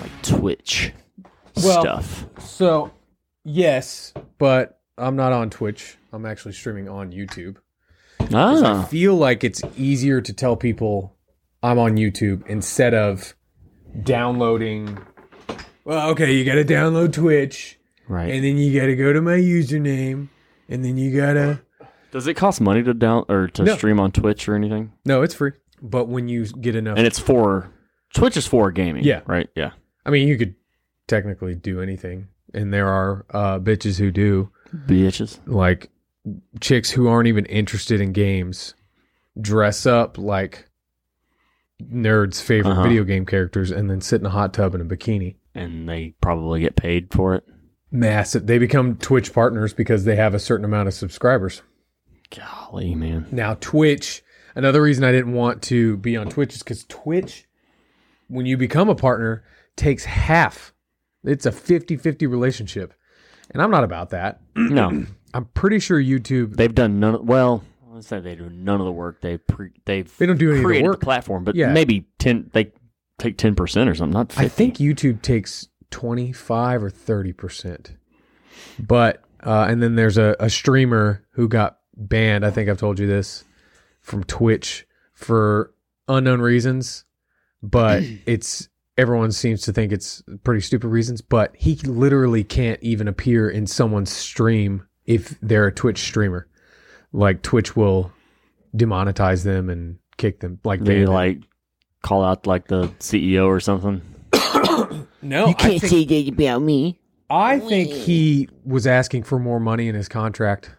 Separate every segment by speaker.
Speaker 1: like Twitch
Speaker 2: Well-
Speaker 1: stuff.
Speaker 2: So, yes, but I'm not on Twitch. I'm actually streaming on YouTube. 'Cause I
Speaker 1: Ah,
Speaker 2: feel like it's easier to tell people I'm on YouTube instead of downloading. Well, okay, you got to download Twitch,
Speaker 1: right.
Speaker 2: and then you got to go to my username, and then you got to.
Speaker 1: Does it cost money to down or to
Speaker 2: No.
Speaker 1: stream on Twitch or anything?
Speaker 2: No, it's free. But when you get enough,
Speaker 1: And it's for Twitch is for gaming.
Speaker 2: Yeah.
Speaker 1: Right. Yeah.
Speaker 2: I mean, you could technically do anything, and there are uh, bitches who do.
Speaker 1: Bitches.
Speaker 2: like chicks who aren't even interested in games dress up like nerds' favorite
Speaker 1: Uh-huh.
Speaker 2: video game characters and then sit in a hot tub in a bikini.
Speaker 1: And they probably get paid for it.
Speaker 2: Massive. They become Twitch partners because they have a certain amount of subscribers.
Speaker 1: Golly, man.
Speaker 2: Now, Twitch, another reason I didn't want to be on Twitch is because Twitch, when you become a partner, takes half. It's a 50 50 relationship. And I'm not about that.
Speaker 1: No,
Speaker 2: I'm pretty sure YouTube,
Speaker 1: they've done none. Of, well, I say they do none of the work. They pre, they've
Speaker 2: they don't do any of the
Speaker 1: created
Speaker 2: work.
Speaker 1: the platform, but
Speaker 2: Yeah.
Speaker 1: maybe ten. They take ten percent or something. Not. 50.
Speaker 2: I think YouTube takes 25 or 30 percent. But uh, and then there's a, a streamer who got banned. I think I've told you this from Twitch for unknown reasons, but it's everyone seems to think it's pretty stupid reasons. But he literally can't even appear in someone's stream if they're a Twitch streamer. Like Twitch will demonetize them and kick them. Like ban
Speaker 1: they
Speaker 2: them.
Speaker 1: like call out like the CEO or something.
Speaker 2: no, Oh, I think-
Speaker 1: say that about me.
Speaker 2: I think he was asking for more money in his contract,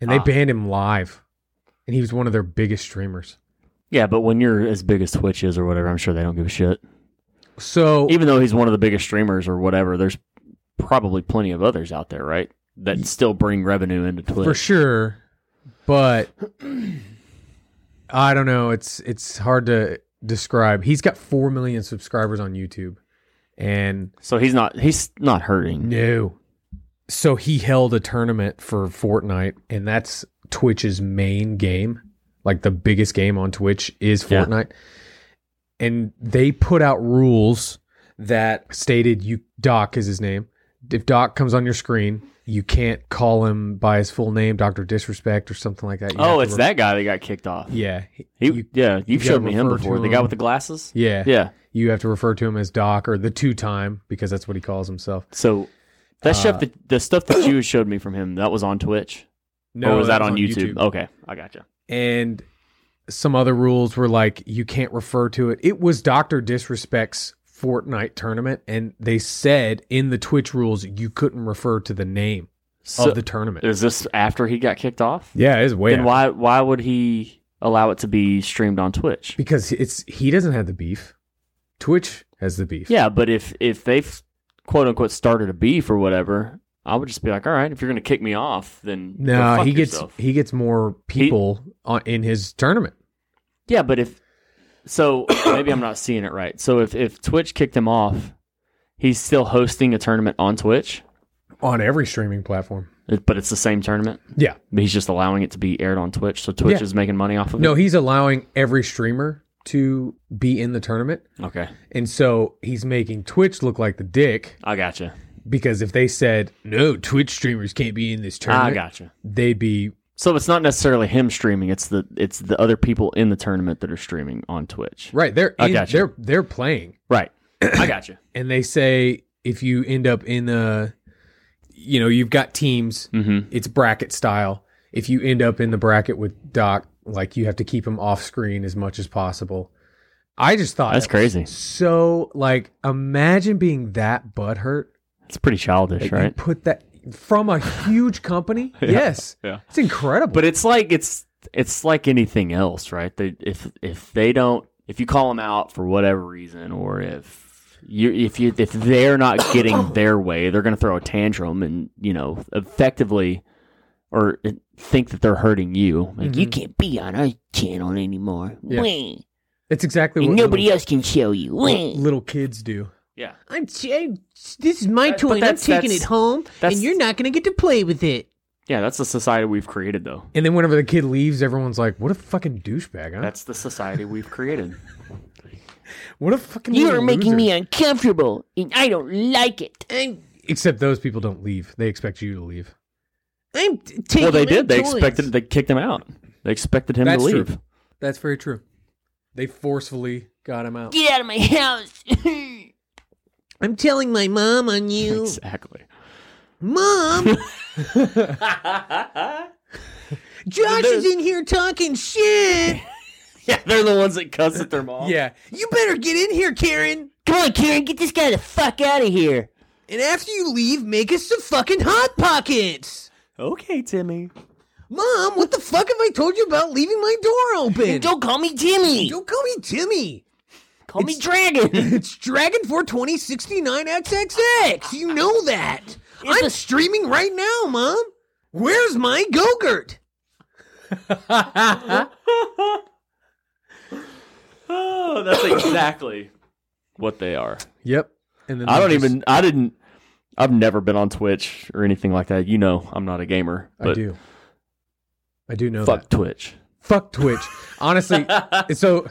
Speaker 2: and they
Speaker 1: Ah.
Speaker 2: banned him live. And he was one of their biggest streamers.
Speaker 1: Yeah, but when you're as big as Twitch is or whatever, I'm sure they don't give a shit.
Speaker 2: So
Speaker 1: Even though he's one of the biggest streamers or whatever, there's probably plenty of others out there, right? That still bring revenue into Twitch.
Speaker 2: for sure, but I don't know. It's it's hard to describe. He's got four million subscribers on YouTube, and
Speaker 1: So he's not he's not hurting.
Speaker 2: No. So he held a tournament for Fortnite, and that's Twitch's main game. Like the biggest game on Twitch is
Speaker 1: Yeah.
Speaker 2: Fortnite. And they put out rules that stated you Doc is his name. If Doc comes on your screen, you can't call him by his full name, Doctor Disrespect or something like that. You have
Speaker 1: Oh,
Speaker 2: to
Speaker 1: it's
Speaker 2: re-
Speaker 1: that guy that got kicked off.
Speaker 2: Yeah. He-
Speaker 1: He,
Speaker 2: you-
Speaker 1: yeah, you've
Speaker 2: you gotta
Speaker 1: showed me him
Speaker 2: refer to
Speaker 1: before. The guy
Speaker 2: him.
Speaker 1: with the glasses.
Speaker 2: yeah.
Speaker 1: Yeah.
Speaker 2: You have to refer to him as Doc or the two time because that's what he calls himself.
Speaker 1: So that
Speaker 2: Uh,
Speaker 1: stuff that the stuff that you showed me from him that was on Twitch. or was that, on, YouTube? Okay, I gotcha.
Speaker 2: and some other rules were like you can't refer to it. It was Doctor Disrespect's Fortnite tournament, and they said in the Twitch rules you couldn't refer to the name
Speaker 1: So
Speaker 2: of the tournament.
Speaker 1: is this after he got kicked off?
Speaker 2: yeah, it's way
Speaker 1: Then
Speaker 2: out.
Speaker 1: why why would he allow it to be streamed on Twitch?
Speaker 2: because it's he doesn't have the beef. Twitch has the beef.
Speaker 1: Yeah, but if if they've quote unquote started a beef or whatever, I would just be like, all right, if you're gonna kick me off, then go
Speaker 2: No,
Speaker 1: fuck
Speaker 2: he gets
Speaker 1: yourself."
Speaker 2: he gets more people on, in his tournament.
Speaker 1: Yeah, but if so, maybe I'm not seeing it right. So if if Twitch kicked him off, he's still hosting a tournament on Twitch,
Speaker 2: On every streaming platform.
Speaker 1: it- but it's the same tournament.
Speaker 2: Yeah.
Speaker 1: But he's just allowing it to be aired on Twitch, so Twitch
Speaker 2: Yeah.
Speaker 1: is making money off of
Speaker 2: No, he's allowing every streamer to be in the tournament.
Speaker 1: it. Okay,
Speaker 2: And so he's making Twitch look like the dick
Speaker 1: I gotcha.
Speaker 2: because if they said no twitch streamers can't be in this
Speaker 1: Ah, I
Speaker 2: tournament
Speaker 1: gotcha.
Speaker 2: they'd be
Speaker 1: So it's not necessarily him streaming; it's the it's the other people in the tournament that are streaming on Twitch.
Speaker 2: right they're
Speaker 1: I
Speaker 2: in-
Speaker 1: gotcha.
Speaker 2: they're they're playing
Speaker 1: Right. I gotcha.
Speaker 2: and they say if you end up in the you know you've got teams
Speaker 1: Mm-hmm.
Speaker 2: it's bracket style if you end up in the bracket with doc like you have to keep him off screen as much as possible i just thought
Speaker 1: That's
Speaker 2: that was
Speaker 1: crazy.
Speaker 2: so like imagine being that butthurt
Speaker 1: It's pretty childish,
Speaker 2: that you
Speaker 1: right?
Speaker 2: put that from a huge company yes
Speaker 1: yeah.
Speaker 2: it's incredible
Speaker 1: But it's like it's it's like anything else, right? They, if if they don't if you call them out for whatever reason, or if you if you if they're not getting their way, they're going to throw a tantrum and you know effectively or think that they're hurting you. Like you can't be on our channel anymore.
Speaker 2: Mm-hmm. Yeah.
Speaker 1: Wah.
Speaker 2: it's exactly what
Speaker 1: And
Speaker 2: little-
Speaker 1: nobody else can show you.
Speaker 2: what
Speaker 1: Wah.
Speaker 2: little kids do.
Speaker 1: Yeah.
Speaker 2: I'm, i this is my
Speaker 1: That- toy but and I'm that's- taking that's- it
Speaker 2: home,
Speaker 1: that's- you're
Speaker 2: not going to get to play with it.
Speaker 1: Yeah, that's the society we've created though.
Speaker 2: And then whenever the kid leaves, everyone's like, "What a fucking douchebag!" Huh?
Speaker 1: That's the society we've created.
Speaker 2: What a fucking
Speaker 3: You
Speaker 2: little
Speaker 3: are making me
Speaker 2: loser.
Speaker 3: uncomfortable, and I don't like it.
Speaker 2: Except those people don't leave. They expect you to leave.
Speaker 3: I'm
Speaker 1: Well, they did. They expected. They kicked him out. They expected him
Speaker 2: That's
Speaker 1: to
Speaker 2: true.
Speaker 1: leave.
Speaker 2: That's very true. They forcefully got him out.
Speaker 3: Get out of my house.
Speaker 2: I'm telling my mom on you.
Speaker 1: Exactly.
Speaker 2: Mom, Josh
Speaker 1: is
Speaker 2: in here talking shit.
Speaker 1: Yeah, they're the ones that cuss at their mom.
Speaker 2: Yeah. You better get in here, Karen.
Speaker 3: Come on, Karen, get this guy the fuck out of here.
Speaker 2: And after you leave, make us some fucking Hot Pockets.
Speaker 1: Okay, Timmy.
Speaker 2: Mom, what the fuck have I told you about leaving my door open?
Speaker 3: Don't call me Timmy.
Speaker 2: Don't call me Timmy.
Speaker 3: call me Dragon.
Speaker 2: It's Dragon 42069 XXX. You know that. I'm
Speaker 3: a-
Speaker 2: streaming right now, Mom. Where's my Gogurt?
Speaker 1: Oh, that's exactly what they are.
Speaker 2: Yep. And then
Speaker 1: I
Speaker 2: they
Speaker 1: don't
Speaker 2: just-
Speaker 1: even. I didn't. I've never been on Twitch or anything like that. You know, I'm not a gamer. But
Speaker 2: I do. I do know
Speaker 1: Fuck
Speaker 2: that.
Speaker 1: Twitch.
Speaker 2: Fuck Twitch. Honestly, so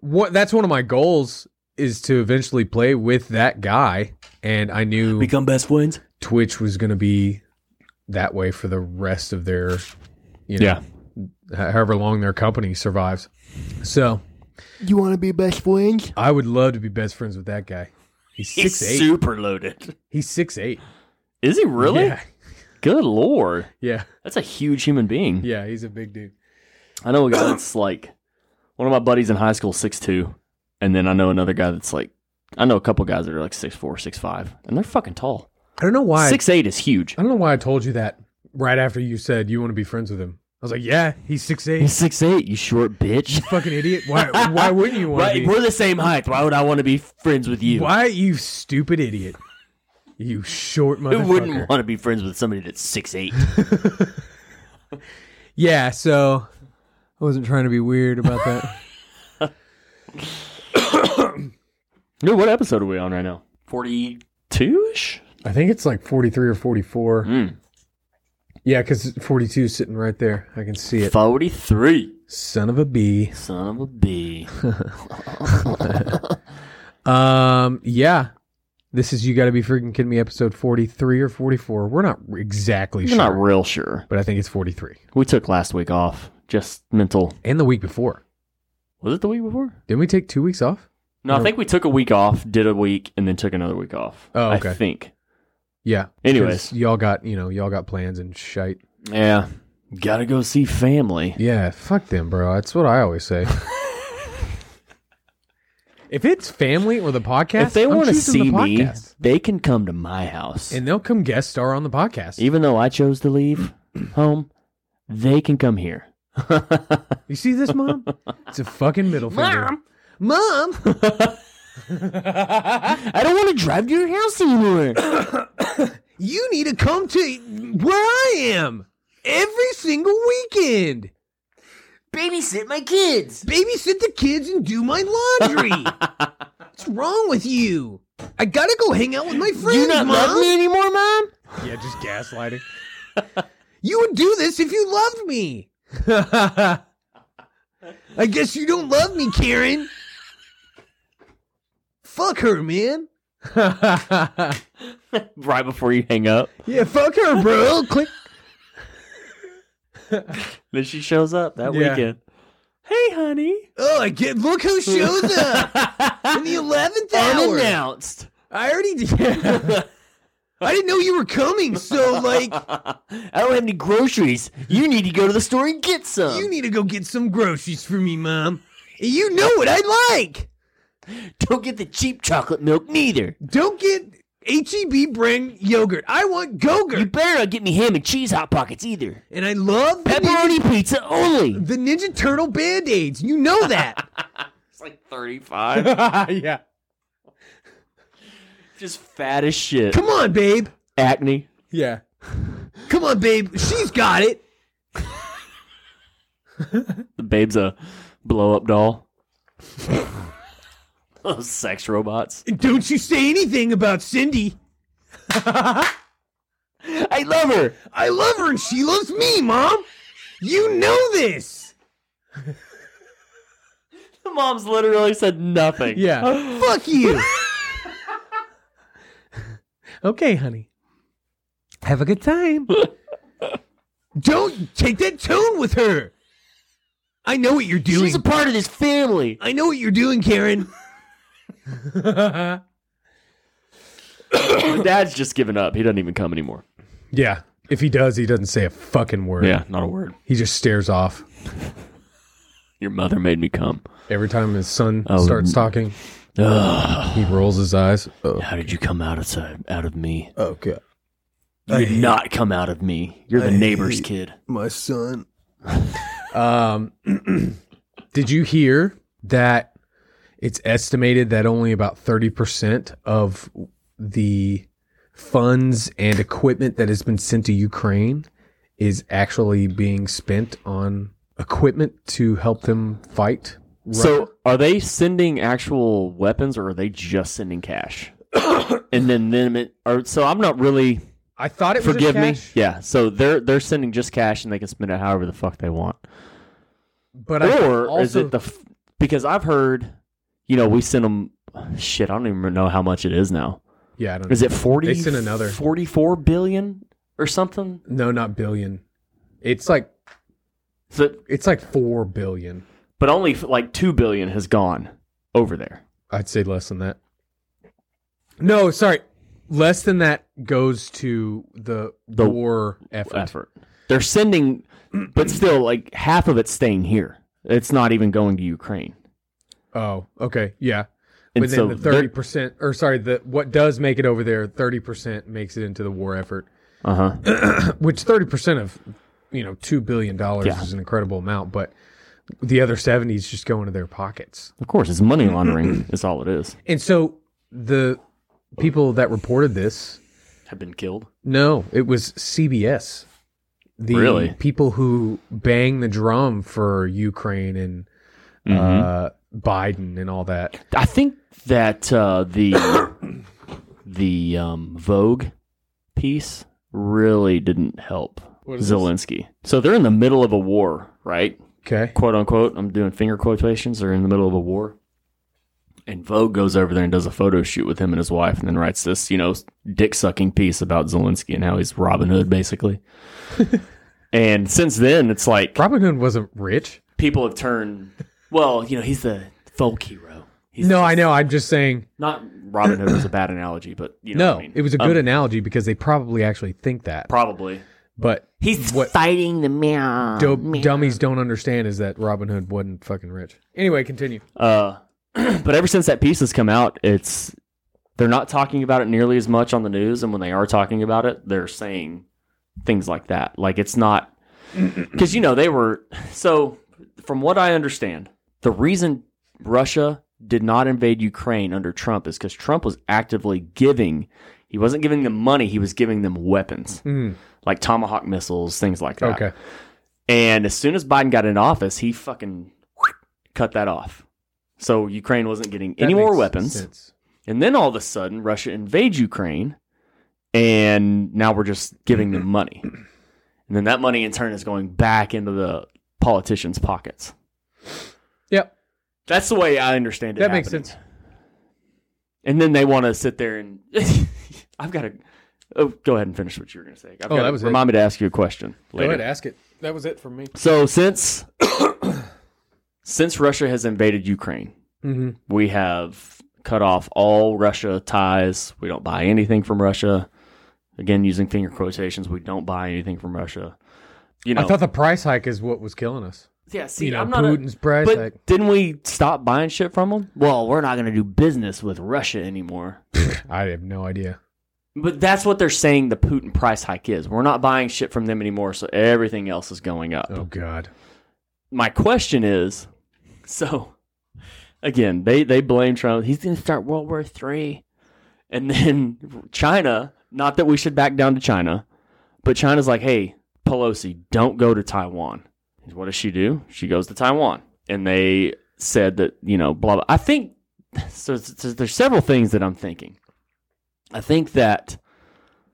Speaker 2: what? That's one of my goals is to eventually play with that guy, and I knew
Speaker 1: Become best friends.
Speaker 2: Twitch was going to be that way for the rest of their, you know,
Speaker 1: Yeah.
Speaker 2: however long their company survives. So
Speaker 3: You want to be best friends?
Speaker 2: I would love to be best friends with that guy. He's
Speaker 1: He's
Speaker 2: six eight.
Speaker 1: super loaded.
Speaker 2: He's six eight.
Speaker 1: Is he really?
Speaker 2: Yeah.
Speaker 1: Good lord.
Speaker 2: Yeah.
Speaker 1: That's a huge human being.
Speaker 2: Yeah. He's a big dude.
Speaker 1: I know a guy that's like one of my buddies in high school, six two, and then I know another guy that's like I know a couple guys that are like six four, six five, and they're fucking tall.
Speaker 2: I don't know why.
Speaker 1: Six eight is huge.
Speaker 2: I don't know why I told you that right after you said you want to be friends with him. I was like, yeah, he's six
Speaker 1: He's
Speaker 2: eight.
Speaker 1: six eight. You short bitch.
Speaker 2: Fucking idiot. Why? Why wouldn't you want
Speaker 1: Right,
Speaker 2: to be?
Speaker 1: we're the same height. Why would I want to be friends with you?
Speaker 2: Why you stupid idiot? You short
Speaker 1: Who
Speaker 2: motherfucker.
Speaker 1: wouldn't want to be friends with somebody that's six eight?
Speaker 2: Yeah, so I wasn't trying to be weird about that.
Speaker 1: Dude, what episode are we on right now? Forty two ish.
Speaker 2: I think it's like 43 or 44.
Speaker 1: Mm.
Speaker 2: Yeah, because 42 is sitting right there. I can see it.
Speaker 1: Forty three.
Speaker 2: Son of a bee.
Speaker 1: Son of a bee.
Speaker 2: Um, yeah. This is You Gotta Be Freaking Kidding Me episode 43 or 44. We're not exactly
Speaker 1: You're
Speaker 2: sure.
Speaker 1: not real sure.
Speaker 2: but I think it's 43.
Speaker 1: We took last week off. Just mental.
Speaker 2: And the week before.
Speaker 1: Was it the week before?
Speaker 2: Didn't we take two weeks off?
Speaker 1: No, I
Speaker 2: Or-
Speaker 1: think we took a week off, did a week, and then took another week off.
Speaker 2: Oh,
Speaker 1: I
Speaker 2: okay.
Speaker 1: think.
Speaker 2: Yeah. 'Cause
Speaker 1: Anyways,
Speaker 2: Y'all got, you know, y'all got plans and shite.
Speaker 1: yeah, gotta go see family.
Speaker 2: Yeah, fuck them, bro. That's what I always say. if it's family or the podcast,
Speaker 1: if they
Speaker 2: I'm
Speaker 1: want to
Speaker 2: choosing the
Speaker 1: see me,
Speaker 2: podcast.
Speaker 1: they can come to my house.
Speaker 2: and they'll come guest star on the podcast.
Speaker 1: Even though I chose to leave home, they can come here.
Speaker 2: You see this, mom? it's a fucking middle finger.
Speaker 3: Mom,
Speaker 2: Mom,
Speaker 3: I don't want to drive to your house anymore.
Speaker 2: you need to come to where I am every single weekend.
Speaker 3: Babysit my kids.
Speaker 2: Babysit the kids and do my laundry. What's wrong with you? I gotta go hang out with my friends,
Speaker 3: Do you not
Speaker 2: mom.
Speaker 3: love me anymore, Mom?
Speaker 2: Yeah, just gaslighting. you would do this if you loved me. I guess you don't love me, Karen. Fuck her, man. yeah,
Speaker 1: right before you hang up,
Speaker 2: fuck her, bro. Click.
Speaker 1: then she shows up that
Speaker 2: Yeah.
Speaker 1: weekend. Hey, honey,
Speaker 2: Oh, I get. Look who shows up in the eleventh hour.
Speaker 1: unannounced.
Speaker 2: I already. I didn't know you were coming, so like,
Speaker 1: I don't have any groceries. You need to go to the store and get some.
Speaker 2: you need to go get some groceries for me, mom. And You know what I like.
Speaker 1: don't get the cheap chocolate milk neither.
Speaker 2: Don't get HEB brand yogurt. I want
Speaker 1: You
Speaker 2: Gogurt.
Speaker 1: better not get me ham and cheese hot pockets either.
Speaker 2: And I love the Ninja,
Speaker 1: Pepperoni pizza only.
Speaker 2: the Ninja Turtle Band Aids. You know that.
Speaker 1: It's like 35.
Speaker 2: yeah.
Speaker 1: Just fat as shit.
Speaker 2: Come on, babe.
Speaker 1: Acne.
Speaker 2: Yeah. Come on, babe. She's got it.
Speaker 1: The babe's a blow up doll. Those sex robots.
Speaker 2: And don't you say anything about Cindy.
Speaker 1: I love her.
Speaker 2: I love her and she loves me, Mom. You know this.
Speaker 1: The mom's literally said nothing.
Speaker 2: Yeah.
Speaker 3: Fuck you.
Speaker 2: Okay, honey. Have a good time. Don't take that tone with her. I know what you're doing.
Speaker 1: She's a part of this family.
Speaker 2: I know what you're doing, Karen.
Speaker 1: Dad's just given up. He doesn't even come anymore.
Speaker 2: yeah. If he does, he doesn't say a fucking word.
Speaker 1: not a word.
Speaker 2: He just stares off.
Speaker 1: Your mother made me come.
Speaker 2: Every time his son
Speaker 1: Oh,
Speaker 2: starts talking,
Speaker 1: Ugh.
Speaker 2: he rolls his eyes. Oh,
Speaker 1: How did you come out of out of me?
Speaker 2: okay.
Speaker 1: You did not come out of me. You're the
Speaker 3: I
Speaker 1: neighbor's
Speaker 3: hate-
Speaker 1: kid.
Speaker 3: My son.
Speaker 2: Um, did you hear that it's estimated that only about 30% of the funds and equipment that has been sent to Ukraine is actually being spent on equipment to help them fight?
Speaker 1: So, are they sending actual weapons, or are they just sending cash? and then them, it, or so I'm not really.
Speaker 2: I thought it was
Speaker 1: Forgive me.
Speaker 2: cash,
Speaker 1: Yeah. So they're they're sending just cash, and they can spend it however the fuck they want.
Speaker 2: But I
Speaker 1: or is
Speaker 2: also-
Speaker 1: it the f- because I've heard, you know, we send them shit. I don't even know how much it is now.
Speaker 2: Yeah, I don't know.
Speaker 1: Is it forty?
Speaker 2: They sent another.
Speaker 1: forty-four billion or something.
Speaker 2: No, not billion. It's like
Speaker 1: So,
Speaker 2: it's like 4 billion.
Speaker 1: but only f- like two billion has gone over there.
Speaker 2: I'd say less than that. No, sorry. Less than that goes to the,
Speaker 1: The
Speaker 2: war effort.
Speaker 1: Effort. They're sending, but still, like half of it's staying here. It's not even going to Ukraine.
Speaker 2: Oh, okay. Yeah.
Speaker 1: And
Speaker 2: Within
Speaker 1: so
Speaker 2: the
Speaker 1: they're-
Speaker 2: thirty percent or sorry, the what does make it over there, thirty percent makes it into the war effort.
Speaker 1: Uh huh.
Speaker 2: Which thirty percent of you know, two billion dollars
Speaker 1: Yeah.
Speaker 2: is an incredible amount, but the other seventy is just going to their pockets.
Speaker 1: Of course, it's money laundering. is all it is.
Speaker 2: And so the people that reported this
Speaker 1: Have been killed.
Speaker 2: No, it was CBS. The
Speaker 1: Really?
Speaker 2: people who bang the drum for Ukraine and uh,
Speaker 1: Mm-hmm.
Speaker 2: Biden and all that.
Speaker 1: I think that uh, the the um, Vogue piece really didn't help
Speaker 2: is this?
Speaker 1: Zelensky. So they're in the middle of a war, right?
Speaker 2: Okay.
Speaker 1: Quote unquote. I'm doing finger quotations. They're in the middle of a war. And Vogue goes over there and does a photo shoot with him and his wife, and then writes this, you know, dick sucking piece about Zelensky and how he's Robin Hood, basically. and since then, it's like
Speaker 2: Robin Hood wasn't rich.
Speaker 1: people have turned. Well, you know, he's the folk hero. He's
Speaker 2: No, I know. I'm just saying.
Speaker 1: not Robin Hood was a bad analogy, but you know
Speaker 2: No,
Speaker 1: what I mean.
Speaker 2: it was a good
Speaker 1: Um,
Speaker 2: analogy because they probably actually think that.
Speaker 1: probably.
Speaker 2: But
Speaker 3: He's
Speaker 2: What-
Speaker 3: fighting the
Speaker 1: Oh,
Speaker 3: man.
Speaker 2: dope dummies don't understand is that Robin Hood wasn't fucking rich. Anyway, continue.
Speaker 1: Uh, but ever since that piece has come out, it's they're not talking about it nearly as much on the news, and when they are talking about it, they're saying things like that. Like it's not because you know they were so. From what I understand, the reason Russia did not invade Ukraine under Trump is because Trump was actively giving. He wasn't giving them money; he was giving them weapons,
Speaker 2: Mm,
Speaker 1: like Tomahawk missiles, things like that.
Speaker 2: okay.
Speaker 1: And as soon as Biden got in office, he fucking cut that off. So Ukraine wasn't getting any
Speaker 2: That
Speaker 1: more
Speaker 2: makes
Speaker 1: weapons.
Speaker 2: sense.
Speaker 1: And then all of a sudden, Russia invades Ukraine, and now we're just giving them money. And then that money in turn is going back into the politicians' pockets.
Speaker 2: Yep.
Speaker 1: That's the way I understand it.
Speaker 2: That makes
Speaker 1: happening.
Speaker 2: sense.
Speaker 1: And then they want to sit there and I've got to. Oh, go ahead and finish what you were going to say. I've
Speaker 2: Oh,
Speaker 1: got
Speaker 2: that
Speaker 1: to
Speaker 2: was it.
Speaker 1: remind me to ask you a question. Later.
Speaker 2: Go ahead, ask it. That was it for me.
Speaker 1: So since since Russia has invaded Ukraine,
Speaker 2: Mhm.
Speaker 1: we have cut off all Russia ties. We don't buy anything from Russia. Again, using finger quotations, we don't buy anything from Russia. You know,
Speaker 2: I thought the price hike is what was killing us.
Speaker 1: yeah. See,
Speaker 2: you know,
Speaker 1: I'm not. a-
Speaker 2: Putin's price
Speaker 1: but
Speaker 2: hike.
Speaker 1: didn't we stop buying shit from them? Well, we're not going to do business with Russia anymore.
Speaker 2: I have no idea.
Speaker 1: But that's what they're saying. The Putin price hike is. We're not buying shit from them anymore, so everything else is going up.
Speaker 2: Oh God.
Speaker 1: my question is so again they they blame trump he's going to start world war three and then china not that we should back down to china but china's like hey pelosi don't go to taiwan And what does she do she goes to taiwan and they said that you know blah blah i think so, so there's several things that i'm thinking i think that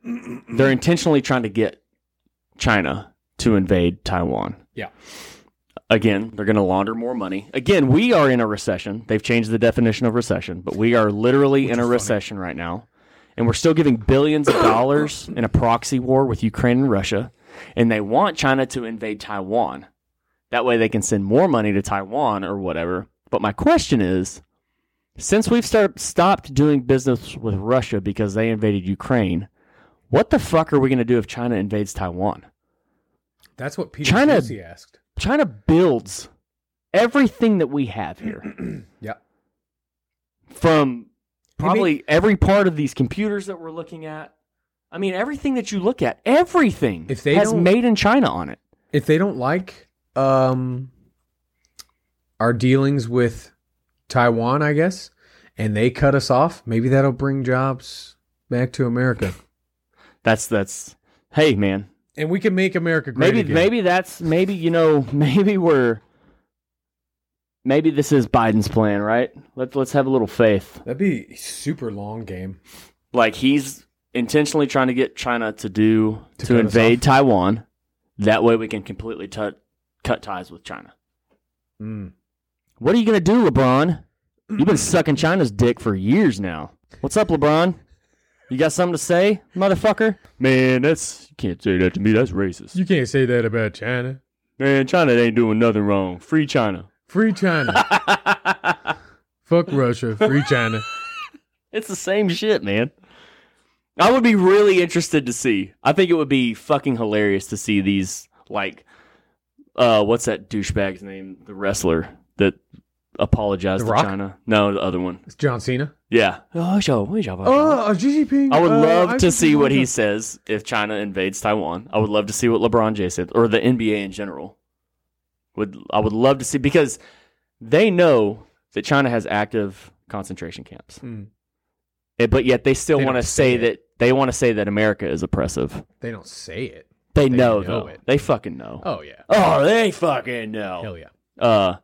Speaker 1: they're intentionally trying to get china to invade taiwan Again, they're going to launder more money. Again, we are in a recession. They've changed the definition of recession, but we are literally in a recession right now. And we're still giving billions of dollars in a proxy war with Ukraine and Russia. And they want China to invade Taiwan. That way they can send more money to Taiwan or whatever. But my question is since we've start, stopped doing business with Russia because they invaded Ukraine, what the fuck are we going to do if China invades Taiwan?
Speaker 2: That's what Peter
Speaker 1: China-
Speaker 2: Pusey asked.
Speaker 1: China builds everything that we have here
Speaker 2: Yeah.
Speaker 1: from probably every part of these computers that we're looking at. I mean, everything that you look at, everything
Speaker 2: If they
Speaker 1: has
Speaker 2: don't-
Speaker 1: made in China on it.
Speaker 2: If they don't like um our dealings with Taiwan, I guess, and they cut us off, maybe that'll bring jobs back to America.
Speaker 1: That's that's. Hey, man,
Speaker 2: And we can make America great
Speaker 1: maybe
Speaker 2: again.
Speaker 1: maybe that's maybe you know maybe we're maybe this is Biden's plan, right? Let's let's have a little faith.
Speaker 2: That'd be a super long game.
Speaker 1: like he's intentionally trying to get China to do
Speaker 2: To
Speaker 1: to,
Speaker 2: cut us
Speaker 1: invade Taiwan. That way, we can completely tut cut ties with China.
Speaker 2: Mm.
Speaker 1: What are you gonna do, LeBron? You've been sucking China's dick for years now. What's up, LeBron? You got something to say, motherfucker? Man, that's you can't say that to me. That's racist.
Speaker 2: You can't say that about China.
Speaker 1: Man, China ain't doing nothing wrong. Free China.
Speaker 2: Free China. Fuck Russia. Free China.
Speaker 1: It's the same shit, man. I would be really interested to see. I think it would be fucking hilarious to see these like uh what's that douchebag's name? The wrestler that apologized
Speaker 2: The
Speaker 1: to
Speaker 2: Rock?
Speaker 1: China. No, the other one.
Speaker 2: It's John Cena.
Speaker 1: Yeah. Oh, sure. Where's your-
Speaker 2: Oh, uh, Xi Jinping.
Speaker 1: I would
Speaker 2: uh,
Speaker 1: love to
Speaker 2: think
Speaker 1: see what
Speaker 2: he's-
Speaker 1: he says if China invades Taiwan. I would love to see what LeBron James said or the NBA in general. Would I would love to see because they know that China has active concentration camps.
Speaker 2: Mm.
Speaker 1: Eh, but yet they still
Speaker 2: They
Speaker 1: want to
Speaker 2: don't
Speaker 1: say
Speaker 2: say it.
Speaker 1: that they want to say that America is oppressive.
Speaker 2: They don't say it.
Speaker 1: They,
Speaker 2: They
Speaker 1: know,
Speaker 2: know
Speaker 1: though.
Speaker 2: it.
Speaker 1: They fucking know. Oh,
Speaker 2: Oh yeah.
Speaker 1: they fucking know.
Speaker 2: Hell yeah.
Speaker 1: Uh,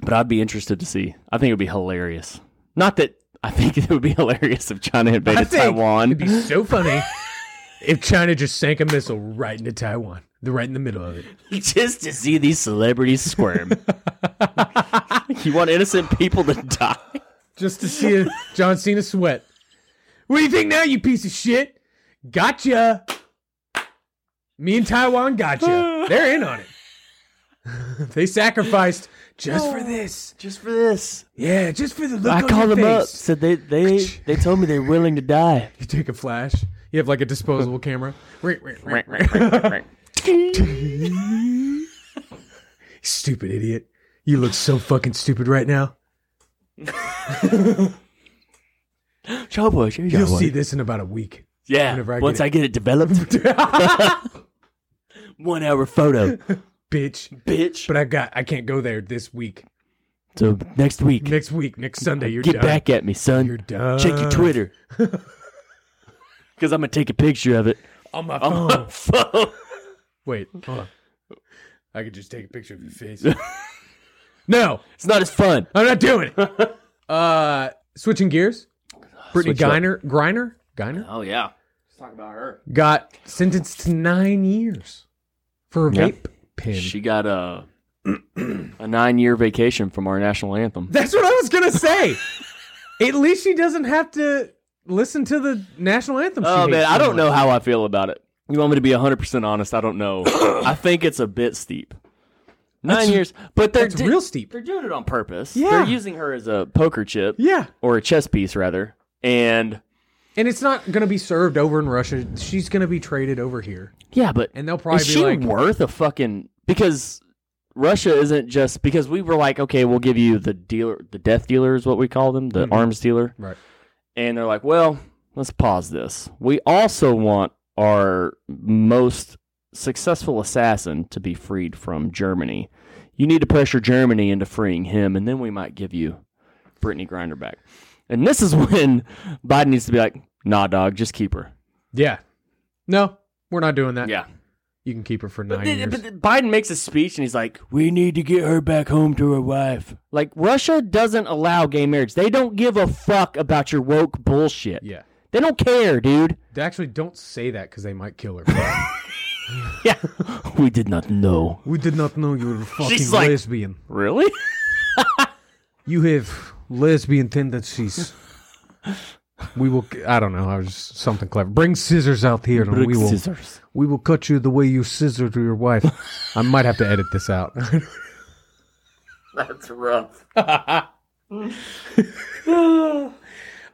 Speaker 1: but I'd be interested to see. I think it would be hilarious. Not that I think it would be hilarious if China invaded Taiwan.
Speaker 2: It'd be so funny if China just sank a missile right into Taiwan, the right in the middle of it.
Speaker 1: just to see these celebrities squirm. you want innocent people to die?
Speaker 2: Just to see a John Cena sweat. What do you think now, you piece of shit? Gotcha. Me and Taiwan gotcha. They're in on it. they sacrificed just for this.
Speaker 1: Just for this.
Speaker 2: Yeah, just for the look
Speaker 1: I
Speaker 2: on
Speaker 1: called
Speaker 2: your
Speaker 1: them up.
Speaker 2: face.
Speaker 1: Said they they they told me they're willing to die.
Speaker 2: You take a flash. You have like a disposable camera. stupid idiot. You look so fucking stupid right now.
Speaker 1: Showboy, here's your
Speaker 2: You'll
Speaker 1: one.
Speaker 2: see this in about a week.
Speaker 1: Yeah.
Speaker 2: Whenever I
Speaker 1: once
Speaker 2: get
Speaker 1: I get it developed, one hour photo,
Speaker 2: Bitch.
Speaker 1: bitch.
Speaker 2: But I got I can't go there this week.
Speaker 1: So next week,
Speaker 2: Next week, next Sunday, you're
Speaker 1: get
Speaker 2: done.
Speaker 1: back at me, son.
Speaker 2: You're done.
Speaker 1: Check your Twitter, because I'm gonna take a picture of it
Speaker 2: on my
Speaker 1: on
Speaker 2: phone.
Speaker 1: my phone.
Speaker 2: Wait, hold on. I could just take a picture of your face. no,
Speaker 1: It's not as fun.
Speaker 2: I'm not doing it. Uh switching gears. Brittany
Speaker 1: Switch up.
Speaker 2: Griner Griner Griner
Speaker 1: Oh yeah. Let's talk about her.
Speaker 2: got sentenced to nine years for a
Speaker 1: Yeah.
Speaker 2: vape pen.
Speaker 1: She got a a nine year vacation from our national anthem.
Speaker 2: That's what I was gonna say. At least she doesn't have to listen to the national anthem. she
Speaker 1: Oh
Speaker 2: hates
Speaker 1: man, I
Speaker 2: so
Speaker 1: don't
Speaker 2: much.
Speaker 1: know how I feel about it. You want me to be 100% honest? I don't know. I think it's a bit steep. Nine
Speaker 2: That's-
Speaker 1: years, but they're
Speaker 2: It's
Speaker 1: di-
Speaker 2: real steep.
Speaker 1: They're doing it on purpose.
Speaker 2: Yeah.
Speaker 1: They're using her as a poker chip
Speaker 2: Yeah,
Speaker 1: or a chess piece rather. And
Speaker 2: and it's not gonna be served over in Russia. She's gonna be traded over here,
Speaker 1: yeah, but
Speaker 2: and they'll probably
Speaker 1: is
Speaker 2: be
Speaker 1: she
Speaker 2: like,
Speaker 1: worth a fucking because Russia isn't just because we were like, okay, we'll give you the dealer, the death dealer is what we call them, the
Speaker 2: Mm-hmm.
Speaker 1: arms dealer,
Speaker 2: Right.
Speaker 1: And they're like, well, let's pause this. We also want our most successful assassin to be freed from Germany. You need to pressure Germany into freeing him, and then we might give you Brittany Grinder back. And this is when Biden needs to be like, nah, dog, just keep her.
Speaker 2: "Yeah, no, we're not doing that.
Speaker 1: Yeah.
Speaker 2: You can keep her for nine
Speaker 1: But,
Speaker 2: years."
Speaker 1: then- but then Biden makes a speech and he's like, "We need to get her back home to her wife." Like Russia doesn't allow gay marriage. They don't give a fuck about your woke bullshit.
Speaker 2: yeah,
Speaker 1: They don't care, dude.
Speaker 2: they actually don't say that because they might kill her.
Speaker 1: yeah, we did not know.
Speaker 2: We did not know you were a fucking
Speaker 1: like-
Speaker 2: lesbian.
Speaker 1: Really?
Speaker 2: You have lesbian tendencies. We will. I don't know. I was just something clever. Bring scissors out here, and we will.
Speaker 1: scissors.
Speaker 2: We will cut you the way you scissor to your wife. I might have to edit this out.
Speaker 1: That's rough.
Speaker 2: Uh,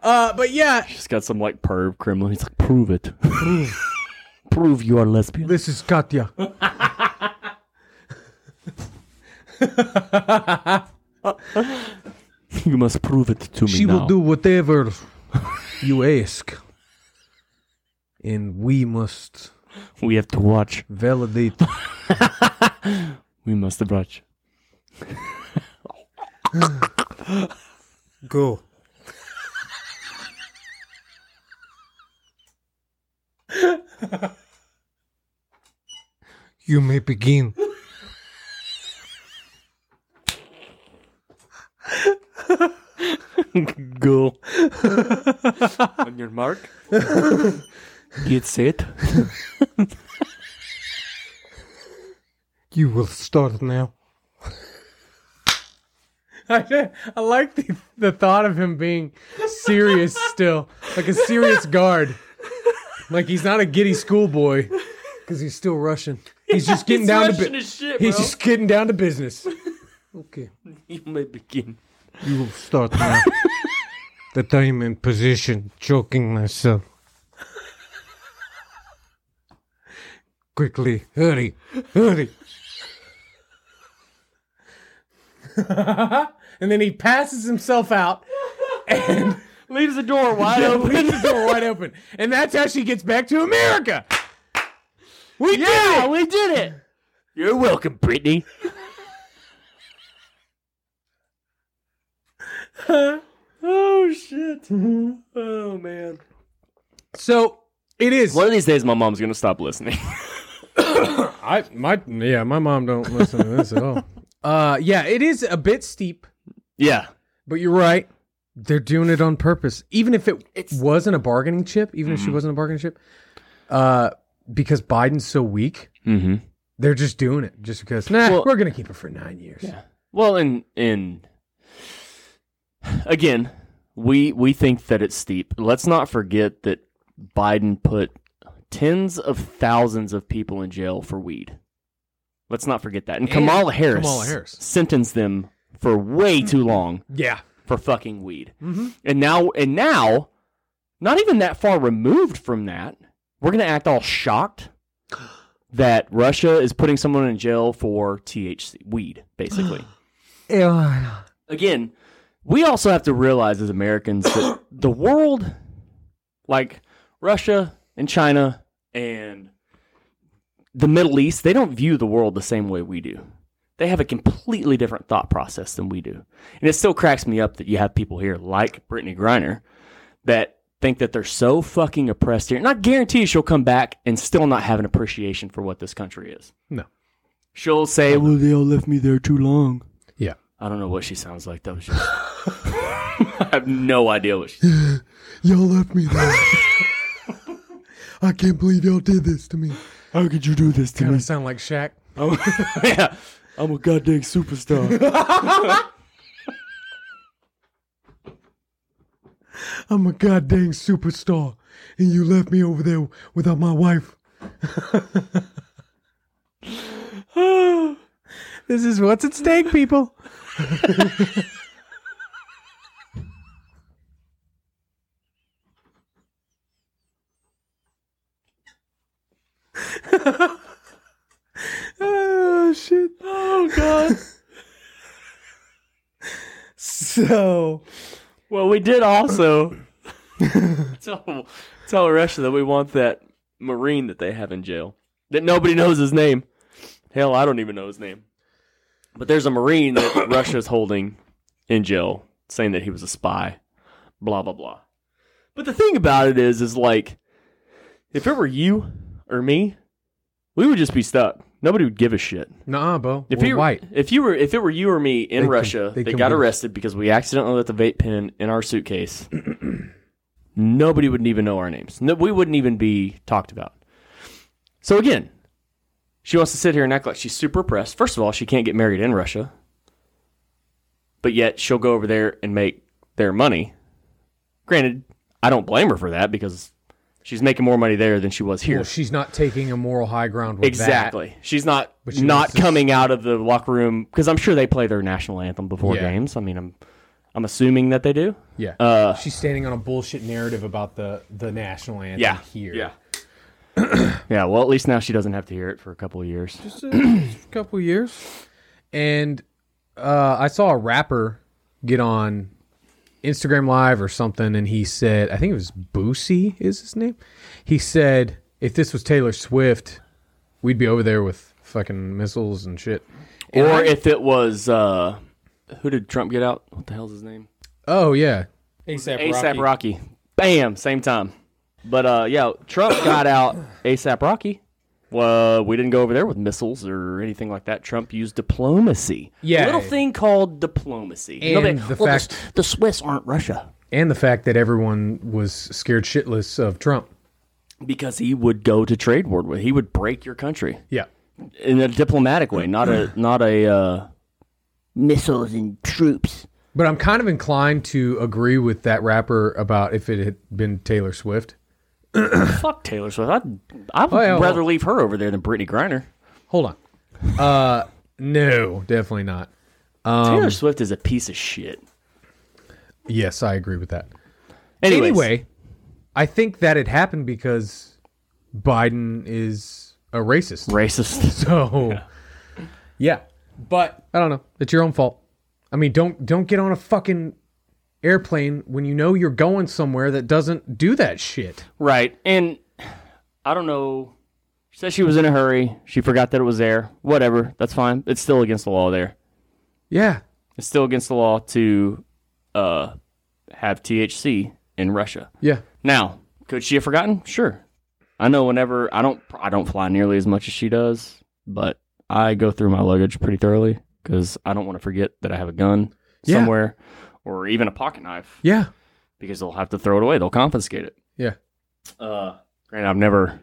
Speaker 2: but yeah,
Speaker 1: She's got some like perv criminal. He's like, prove it. prove you are lesbian.
Speaker 2: this is Katya.
Speaker 1: You must prove it to me
Speaker 2: She
Speaker 1: now.
Speaker 2: will do whatever you ask, and we must
Speaker 1: We have to watch.
Speaker 2: validate.
Speaker 1: We must watch.
Speaker 2: Go. you may begin.
Speaker 1: Go. On your mark. Get set.
Speaker 2: You will start now. I, I like the, the thought of him being serious still, like a serious guard. Like he's not a giddy schoolboy because he's still Russian. He's just getting down to bu- he's just getting down to business. Okay,
Speaker 1: You may begin.
Speaker 2: you will start now. that I am in position, choking myself. Quickly, hurry, hurry. and then he passes himself out and
Speaker 1: Leaves the door wide open.
Speaker 2: leaves the door wide open. And that's how she gets back to America. We
Speaker 1: Yeah, we did it. You're welcome, Brittany. oh shit. Oh man.
Speaker 2: did. So it is.
Speaker 1: One of these days, my mom's gonna stop listening.
Speaker 2: I my yeah, my mom don't listen to this at all. Uh, yeah, it is a bit steep,
Speaker 1: yeah.
Speaker 2: but you're right. They're doing it on purpose, even if it wasn't a bargaining chip, even if she wasn't a bargaining chip, uh, because Biden's so weak.
Speaker 1: Mm-hmm.
Speaker 2: They're just doing it just because. Nah,
Speaker 1: Well-
Speaker 2: we're gonna keep it for nine years.
Speaker 1: Well, and and again, we we think that it's steep. Let's not forget that Biden put tens of thousands of people in jail for weed. Let's not forget that. And, Kamala Harris,
Speaker 2: Kamala Harris.
Speaker 1: sentenced them for way too long
Speaker 2: Yeah.
Speaker 1: for fucking weed. And now and now, not even that far removed from that, we're gonna act all shocked that Russia is putting someone in jail for THC weed, basically.
Speaker 2: Yeah.
Speaker 1: Again, we also have to realize as Americans that the world, like Russia and China and the Middle East, they don't view the world the same way we do. They have a completely different thought process than we do. And it still cracks me up that you have people here like Brittany Griner that think that they're so fucking oppressed here. And I guarantee you she'll come back and still not have an appreciation for what this country is.
Speaker 2: No.
Speaker 1: She'll say, well, they all left me there too long.
Speaker 2: Yeah.
Speaker 1: I don't know what she sounds like though. She- I have no idea what she.
Speaker 4: Y'all left me there. I can't believe y'all did this to me. How could you do this to
Speaker 2: Kind of sound like Shaq.
Speaker 1: yeah,
Speaker 4: I'm a goddamn superstar. I'm a goddamn superstar, and you left me over there without my wife.
Speaker 2: This is what's at stake, people. oh shit! Oh god. so
Speaker 1: Well, we did also tell tell Russia that we want that Marine that they have in jail that nobody knows his name. Hell, I don't even know his name. But there's a Marine that Russia's holding in jail, saying that he was a spy. Blah blah blah. But the thing about it is, is like, if it were you or me, we would just be stuck. Nobody would give a shit.
Speaker 2: nah, Bo.
Speaker 1: If
Speaker 2: we're
Speaker 1: you
Speaker 2: white,
Speaker 1: if you were, if it were you or me in
Speaker 2: They can-
Speaker 1: Russia,
Speaker 2: they
Speaker 1: they,
Speaker 2: can
Speaker 1: got
Speaker 2: be-
Speaker 1: arrested because we accidentally left the vape pen in our suitcase. Nobody would even know our names. No, we wouldn't even be talked about. So again, She wants to sit here and act like she's super oppressed. First of all, she can't get married in Russia, but yet she'll go over there and make their money. Granted, I don't blame her for that because she's making more money there than she was here.
Speaker 2: Well, she's not taking a moral high ground with
Speaker 1: exactly. She's not
Speaker 2: But she
Speaker 1: not
Speaker 2: wants to-
Speaker 1: coming out of the locker room because I'm sure they play their national anthem before
Speaker 2: Yeah.
Speaker 1: games. I mean, I'm I'm assuming that they do.
Speaker 2: that. Yeah.
Speaker 1: Uh,
Speaker 2: she's standing on a bullshit narrative about the the national anthem
Speaker 1: Yeah.
Speaker 2: here.
Speaker 1: Yeah. yeah. Well, at least now she doesn't have to hear it for a couple of years.
Speaker 2: couple years, and uh, I saw a rapper get on Instagram Live or something, and he said, I think it was Boosie is his name. He said, if this was Taylor Swift, we'd be over there with fucking missiles and shit. And
Speaker 1: or
Speaker 2: I-
Speaker 1: if it was uh, who did Trump get out? What the hell's his name?
Speaker 2: oh yeah,
Speaker 5: ASAP
Speaker 1: ASAP Rocky. Bam, same time. But uh, yeah, Trump got out ASAP Rocky. Well, we didn't go over there with missiles or anything like that. Trump used diplomacy.
Speaker 2: Yeah.
Speaker 1: a little thing called diplomacy. You know,
Speaker 2: And
Speaker 1: they-
Speaker 2: the
Speaker 1: well,
Speaker 2: fact-
Speaker 1: s- the Swiss aren't Russia
Speaker 2: and the fact that everyone was scared shitless of Trump.
Speaker 1: because he would go to trade war with. He would break your country
Speaker 2: Yeah,
Speaker 1: in a diplomatic way, not a not a. Uh,
Speaker 3: missiles and troops.
Speaker 2: but I'm kind of inclined to agree with that rapper about if it had been Taylor Swift.
Speaker 1: fuck Taylor Swift. I'd, I would
Speaker 2: Oh, yeah, well-
Speaker 1: rather leave her over there than Brittany Griner.
Speaker 2: Hold on. Uh, no, definitely not. Um,
Speaker 1: Taylor Swift is a piece of shit.
Speaker 2: Yes, I agree with that.
Speaker 1: Anyways,
Speaker 2: Anyway, I think that it happened because Biden is a racist.
Speaker 1: racist.
Speaker 2: So, yeah. But I don't know. It's your own fault. I mean, don't don't get on a fucking airplane when you know you're going somewhere that doesn't do that shit.
Speaker 1: right. And I don't know. She said she was in a hurry. She forgot that it was there. Whatever. That's fine. It's still against the law there.
Speaker 2: Yeah.
Speaker 1: It's still against the law to uh, have THC in Russia.
Speaker 2: Yeah.
Speaker 1: Now, could she have forgotten? Sure. I know whenever I don't I don't fly nearly as much as she does, but I go through my luggage pretty thoroughly cuz I don't want to forget that I have a gun
Speaker 2: Yeah.
Speaker 1: somewhere or even a pocket knife
Speaker 2: Yeah.
Speaker 1: because they'll have to throw it away. They'll confiscate it.
Speaker 2: Yeah.
Speaker 1: Uh granted I've never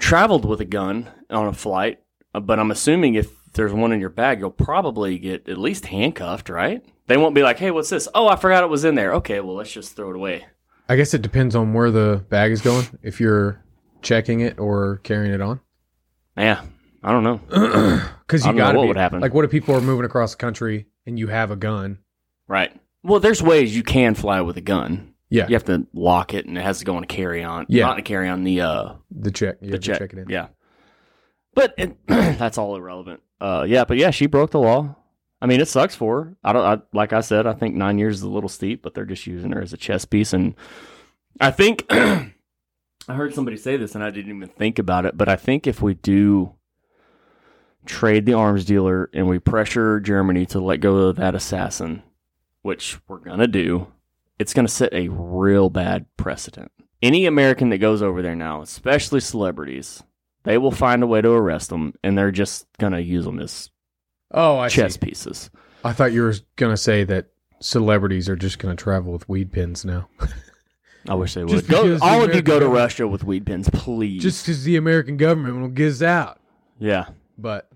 Speaker 1: traveled with a gun on a flight, uh, but I'm assuming if there's one in your bag, you'll probably get at least handcuffed, right? They won't be like, "Hey, what's this?" "Oh, I forgot it was in there." "Okay, well, let's just throw it away."
Speaker 2: I guess it depends on where the bag is going. If you're checking it or carrying it on.
Speaker 1: Yeah. I don't know.
Speaker 2: Because
Speaker 1: I
Speaker 2: you
Speaker 1: don't know
Speaker 2: got to
Speaker 1: what
Speaker 2: be
Speaker 1: would happen.
Speaker 2: like, what if people are moving across the country and you have a gun?
Speaker 1: Right. Well, there's ways you can fly with a gun.
Speaker 2: Yeah,
Speaker 1: You have to lock it, and it has to go on a carry on.
Speaker 2: Yeah.
Speaker 1: Not in a carry on the uh
Speaker 2: the check. You
Speaker 1: the
Speaker 2: have to
Speaker 1: check.
Speaker 2: check it in.
Speaker 1: Yeah. But it, that's all irrelevant. Uh, yeah. But yeah, she broke the law. I mean, it sucks for her. I don't. I, like I said, I think nine years is a little steep, but they're just using her as a chess piece. And I think I heard somebody say this, and I didn't even think about it. But I think if we do trade the arms dealer and we pressure Germany to let go of that assassin, which we're gonna do, it's gonna set a real bad precedent. Any American that goes over there now, especially celebrities, they will find a way to arrest them, and they're just gonna use them as
Speaker 2: Oh, I
Speaker 1: chess
Speaker 2: see.
Speaker 1: pieces.
Speaker 2: I thought you were gonna say that celebrities are just gonna travel with weed pins now.
Speaker 1: I wish they would.
Speaker 2: Just
Speaker 1: Go,
Speaker 2: because the
Speaker 1: all of you
Speaker 2: American
Speaker 1: go to
Speaker 2: government-
Speaker 1: Russia with weed pens, please.
Speaker 2: Just because the American government will give us out,
Speaker 1: yeah,
Speaker 2: but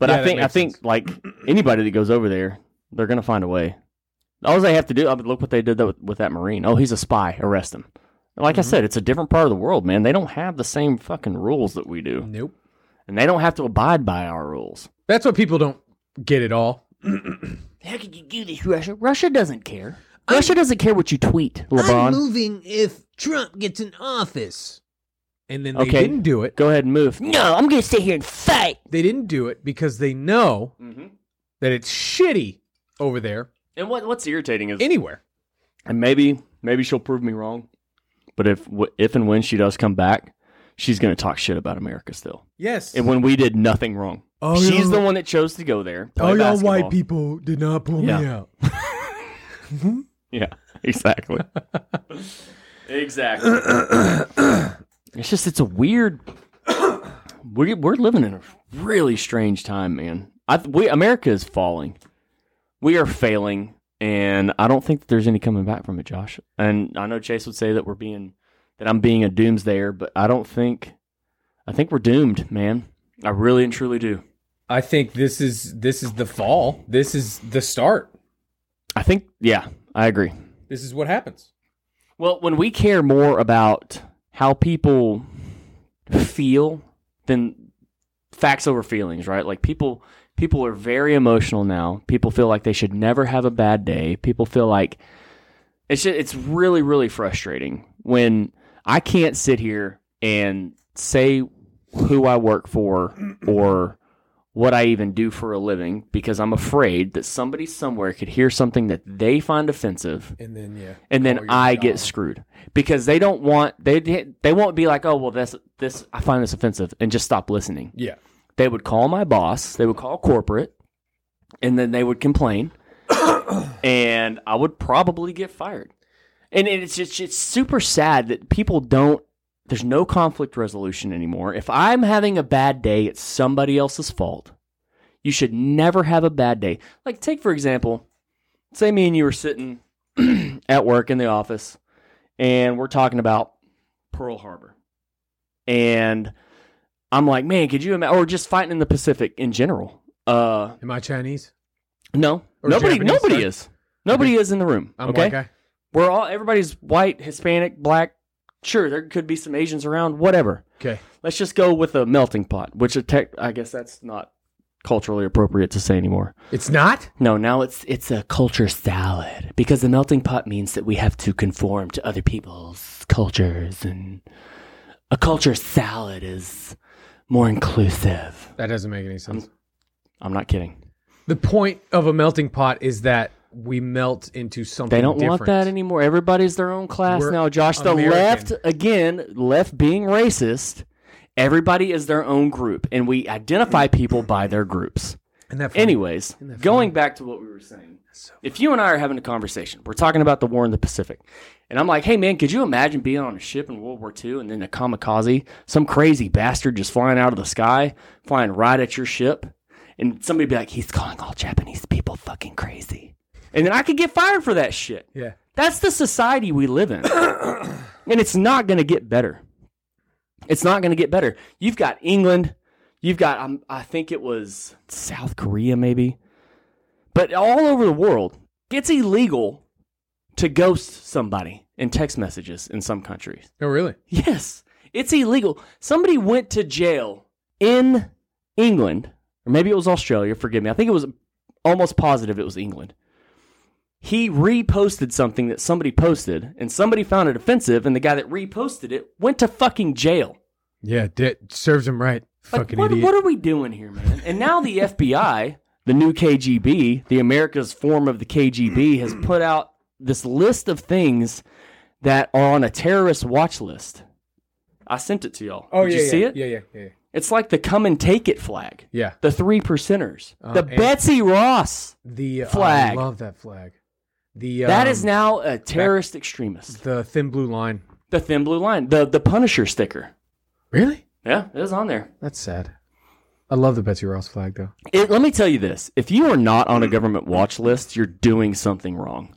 Speaker 1: but
Speaker 2: Yeah,
Speaker 1: I
Speaker 2: that
Speaker 1: think I
Speaker 2: makes
Speaker 1: think
Speaker 2: sense.
Speaker 1: like anybody that goes over there, they're gonna find a way. All they have to do, I mean, look what they did tho- with that marine. Oh, he's a spy. Arrest him. Like
Speaker 2: Mm-hmm.
Speaker 1: I said, it's a different part of the world, man. They don't have the same fucking rules that we do,
Speaker 2: nope.
Speaker 1: and they don't have to abide by our rules.
Speaker 2: That's what people don't get at all.
Speaker 3: How could you do this,
Speaker 1: Russia, Russia doesn't care. Russia doesn't care what you tweet,
Speaker 4: I'm
Speaker 1: LeBron.
Speaker 4: moving if Trump gets in office.
Speaker 2: And then they
Speaker 1: Okay.
Speaker 2: didn't do it.
Speaker 1: Go ahead and move.
Speaker 3: No, I'm gonna sit here and fight.
Speaker 2: They didn't do it because they know that it's shitty over there
Speaker 1: And what what's irritating is
Speaker 2: anywhere.
Speaker 1: and maybe maybe she'll prove me wrong. But if w- if and when she does come back, she's going to talk shit about America still.
Speaker 2: Yes.
Speaker 1: And when we did nothing wrong,
Speaker 4: Oh,
Speaker 1: she's
Speaker 4: y'all-
Speaker 1: the one that chose to go there. play
Speaker 4: All y'all
Speaker 1: basketball.
Speaker 4: white people did not pull me
Speaker 1: Yeah.
Speaker 4: out.
Speaker 1: Yeah, exactly. exactly. it's just it's a weird. We're we're living in a really strange time, man. I we America is falling. We are failing, and I don't think that there's any coming back from it, Josh. And I know Chase would say that we're being that I'm being a doomsdayer, but I don't think. I think we're doomed, man. I really and truly do.
Speaker 5: I think this is this is the fall. This is the start.
Speaker 1: I think, yeah, I agree.
Speaker 5: This is what happens.
Speaker 1: Well, when we care more about how people feel than facts over feelings, right? Like people people are very emotional now. People feel like they should never have a bad day. People feel like it's just, it's really really frustrating when I can't sit here and say who I work for or what I even do for a living because I'm afraid that somebody somewhere could hear something that they find offensive
Speaker 5: And then yeah.
Speaker 1: and
Speaker 5: Call
Speaker 2: Oh,
Speaker 1: then
Speaker 5: your
Speaker 1: I
Speaker 5: shot.
Speaker 1: get screwed because they don't want they they won't be like, oh well, this this I find this offensive and just stop listening.
Speaker 5: Yeah.
Speaker 1: They would call my boss, they would call corporate, and then they would complain, and I would probably get fired. And it- it's just it's super sad that people don't. There's no conflict resolution anymore. If I'm having a bad day, it's somebody else's fault. You should never have a bad day. Like take for example, say me and you were sitting at work in the office and we're talking about Pearl Harbor. And I'm like, man, could you imagine? Or just fighting in the Pacific in general. Uh,
Speaker 2: Am I Chinese?
Speaker 1: no,
Speaker 2: Or
Speaker 1: nobody,
Speaker 2: Japanese,
Speaker 1: nobody
Speaker 2: sorry.
Speaker 1: is. Nobody is in the room.
Speaker 2: I'm
Speaker 1: okay,
Speaker 2: white guy.
Speaker 1: we're all everybody's white, Hispanic, black. Sure, there could be some Asians around. Whatever.
Speaker 2: Okay.
Speaker 1: Let's just go with a melting pot, which a tech, I guess that's not culturally appropriate to say anymore.
Speaker 2: It's not?
Speaker 1: No, now it's it's a culture salad because the melting pot means that we have to conform to other people's cultures, and a culture salad is more inclusive.
Speaker 2: That doesn't make any sense.
Speaker 1: I'm not kidding.
Speaker 2: the point of a melting pot is that we melt into something
Speaker 1: They don't want
Speaker 2: different.
Speaker 1: that anymore. Everybody's their own class
Speaker 2: We're
Speaker 1: now. Josh, the
Speaker 2: American.
Speaker 1: left again, left being racist. Everybody is their own group, and we identify people by their groups.
Speaker 2: And that funny?
Speaker 1: Anyways, going back to what we were saying, if you and I are having a conversation, we're talking about the war in the Pacific, and I'm like, hey man, could you imagine being on a ship in World War II and then a kamikaze, some crazy bastard just flying out of the sky, flying right at your ship, and somebody be like, he's calling all Japanese people fucking crazy, and then I could get fired for that shit.
Speaker 2: Yeah.
Speaker 1: That's the society we live in. and it's not going to get better. It's not going to get better. You've got England. You've got, um, I think it was South Korea, maybe. But all over the world, it's illegal to ghost somebody in text messages in some countries.
Speaker 2: Oh, really?
Speaker 1: Yes, it's illegal. Somebody went to jail in England, or maybe it was Australia, forgive me. I think it was almost positive it was England. He reposted something that somebody posted, and somebody found it offensive, and the guy that reposted it went to fucking jail.
Speaker 2: Yeah, that serves him right.
Speaker 1: Like,
Speaker 2: Fucking
Speaker 1: what,
Speaker 2: idiot.
Speaker 1: what are we doing here, man? And now the FBI, the new KGB, the America's form of the KGB, has put out this list of things that are on a terrorist watch list. I sent it to y'all.
Speaker 5: Oh
Speaker 1: Did
Speaker 5: yeah.
Speaker 1: you
Speaker 5: yeah,
Speaker 1: see it?
Speaker 5: Yeah, yeah, yeah.
Speaker 1: It's like the come and take it flag.
Speaker 2: yeah.
Speaker 1: The three percenters.
Speaker 2: Uh,
Speaker 1: the
Speaker 2: and-
Speaker 1: Betsy Ross.
Speaker 2: The uh,
Speaker 1: Flag.
Speaker 2: I love that flag. The
Speaker 1: that
Speaker 2: um,
Speaker 1: is now a terrorist extremist.
Speaker 2: the thin blue line.
Speaker 1: The thin blue line. The the Punisher sticker.
Speaker 2: Really?
Speaker 1: Yeah, it is on there.
Speaker 2: That's sad. I love the Betsy Ross flag though.
Speaker 1: It, let me tell you this: if you are not on a
Speaker 2: Mm.
Speaker 1: government watch list, you're doing something wrong.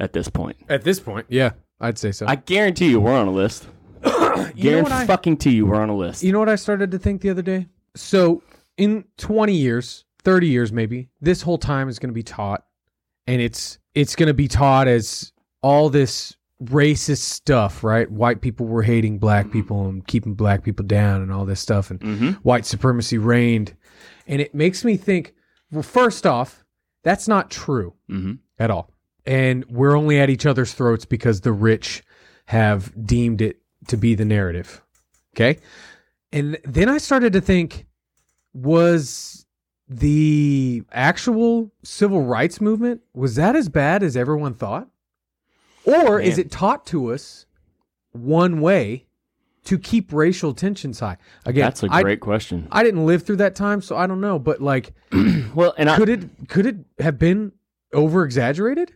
Speaker 1: At this point,
Speaker 5: At this point,
Speaker 2: Yeah, I'd say so.
Speaker 1: I guarantee you we're on a list.
Speaker 2: know what I-
Speaker 1: Guarantee fucking to you we're on a list.
Speaker 2: You know what I started to think the other day? So, in 20 years, 30 years maybe, this whole time is going to be taught and it's it's going to be taught as all this racist stuff, right? White people were hating black people and keeping black people down and all this stuff and
Speaker 1: Mhm.
Speaker 2: white supremacy reigned. And it makes me think, well first off, that's not true
Speaker 1: Mhm.
Speaker 2: at all. And we're only at each other's throats because the rich have deemed it to be the narrative. Okay? And then I started to think was the actual civil rights movement was that as bad as everyone thought? Or is
Speaker 1: Man.
Speaker 2: it taught to us one way to keep racial tensions high? Again,
Speaker 1: That's a
Speaker 2: I-
Speaker 1: great question.
Speaker 2: I didn't live through that time, so I don't know, but like
Speaker 1: well, and I,
Speaker 2: could it could it have been over exaggerated?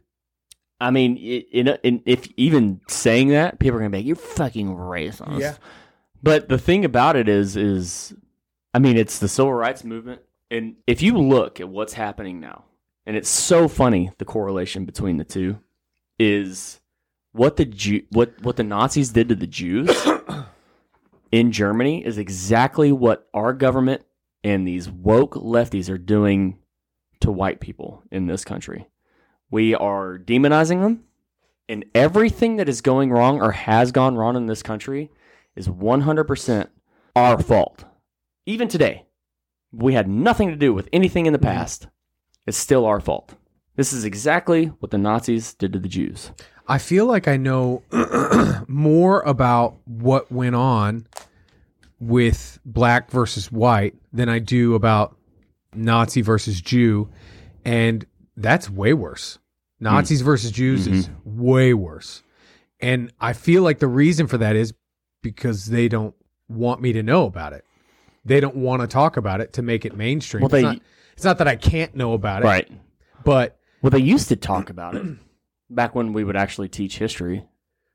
Speaker 1: I mean, i- in, in, if even saying that, people are gonna be like, "You're fucking racist."
Speaker 5: Yeah.
Speaker 1: But the thing about it is, is I mean, it's the civil rights movement, and if you look at what's happening now, and it's so funny the correlation between the two is what the Jew, what what the Nazis did to the Jews in Germany is exactly what our government and these woke lefties are doing to white people in this country. We are demonizing them, and everything that is going wrong or has gone wrong in this country is 100% our fault. Even today, we had nothing to do with anything in the past. It's still our fault. This is exactly what the Nazis did to the Jews.
Speaker 2: I feel like I know more about what went on with black versus white than I do about Nazi versus Jew, and that's way worse.
Speaker 1: Mm.
Speaker 2: Nazis versus Jews is
Speaker 1: Mm-hmm.
Speaker 2: way worse. And I feel like the reason for that is because they don't want me to know about it. They don't want to talk about it to make it mainstream.
Speaker 1: Well, they-
Speaker 2: it's, not, it's not that I can't know about it,
Speaker 1: Right.
Speaker 2: but
Speaker 1: Well, they used to talk about it back when we would actually teach history,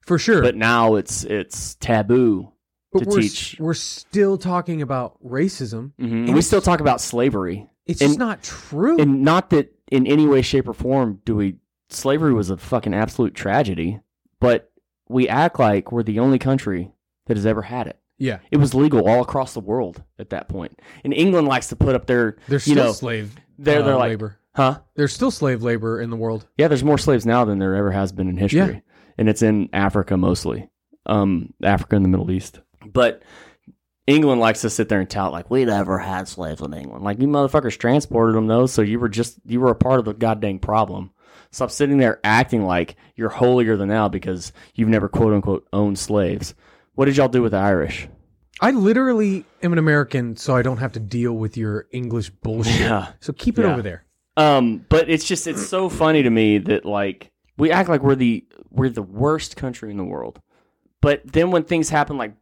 Speaker 2: for sure.
Speaker 1: but now it's it's taboo. to
Speaker 2: we're,
Speaker 1: teach.
Speaker 2: We're still talking about racism.
Speaker 1: Mhm. And we still talk about slavery,
Speaker 2: It's
Speaker 1: And-
Speaker 2: just not true.
Speaker 1: and not that in any way, shape, or form do we. Slavery was a fucking absolute tragedy, but we act like we're the only country that has ever had it.
Speaker 2: yeah,
Speaker 1: It was legal all across the world at that point. And England likes to put up their,
Speaker 2: they're
Speaker 1: you
Speaker 2: still
Speaker 1: know,
Speaker 2: slave.
Speaker 1: they're- they're
Speaker 2: uh,
Speaker 1: like-
Speaker 2: labor.
Speaker 1: huh?
Speaker 2: There's still slave labor in the world.
Speaker 1: Yeah, there's more slaves now than there ever has been in history.
Speaker 2: Yeah.
Speaker 1: And it's in Africa mostly. Um, Africa and the Middle East. But England likes to sit there and tout like we never had slaves in England. Like you motherfuckers transported them though, so you were just you were a part of the goddamn problem. Stop sitting there acting like you're holier than thou because you've never quote unquote owned slaves. What did y'all do with the Irish?
Speaker 2: I literally am an American, so I don't have to deal with your English bullshit.
Speaker 1: Yeah.
Speaker 2: So keep it
Speaker 1: Yeah.
Speaker 2: over there.
Speaker 1: Um, but it's just it's so funny to me that like we act like we're the we're the worst country in the world. But then when things happen like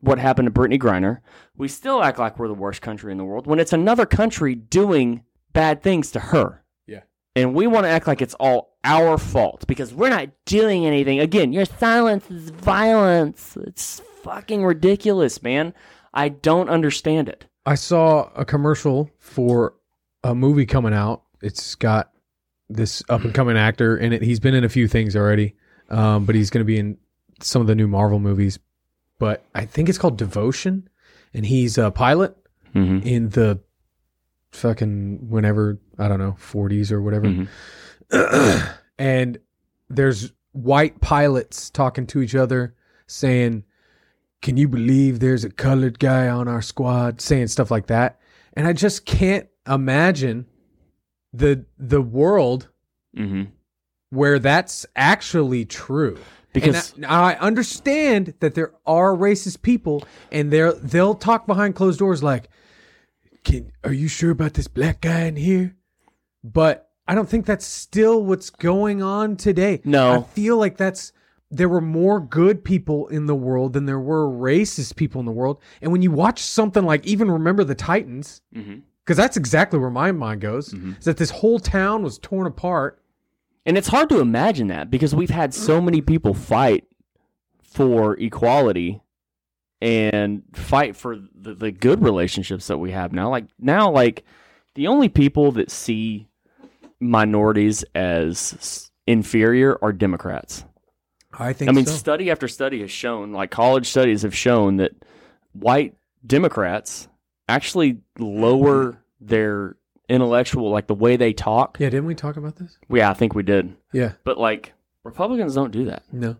Speaker 1: what happened to Brittany Griner, we still act like we're the worst country in the world when it's another country doing bad things to her.
Speaker 5: Yeah.
Speaker 1: And we want to act like it's all our fault because we're not doing anything. Again, your silence is violence. It's fucking ridiculous, man. I don't understand it.
Speaker 2: I saw a commercial for a movie coming out. It's got this up and coming actor in it. He's been in a few things already, um, but he's going to be in some of the new Marvel movies. But I think it's called Devotion, and he's a pilot.
Speaker 1: Mm-hmm.
Speaker 2: in the fucking whenever I don't know 40s or whatever,
Speaker 1: Mhm.
Speaker 2: and there's white pilots talking to each other saying, "Can you believe there's a colored guy on our squad?" saying stuff like that, and I just can't imagine the the world
Speaker 1: Mm-hmm.
Speaker 2: where that's actually true. And
Speaker 1: Because
Speaker 2: I, now I understand that there are racist people, and they they'll talk behind closed doors like, "Can are you sure about this black guy in here?" But I don't think that's still what's going on today.
Speaker 1: No.
Speaker 2: I feel like that's there were more good people in the world than there were racist people in the world. And when you watch something like even remember the Titans,
Speaker 1: Mhm.
Speaker 2: because that's exactly where my mind goes,
Speaker 1: Mm-hmm.
Speaker 2: is that this whole town was torn apart.
Speaker 1: And it's hard to imagine that because we've had so many people fight for equality and fight for the, the good relationships that we have now. Like now, like the only people that see minorities as s- inferior are Democrats.
Speaker 2: I think.
Speaker 1: I mean,
Speaker 2: so.
Speaker 1: study after study has shown, like college studies have shown that white Democrats actually lower their intellectual, like the way they talk.
Speaker 2: yeah, didn't we talk about this?
Speaker 1: Yeah, I think we did.
Speaker 2: Yeah,
Speaker 1: But like Republicans don't do that.
Speaker 2: no.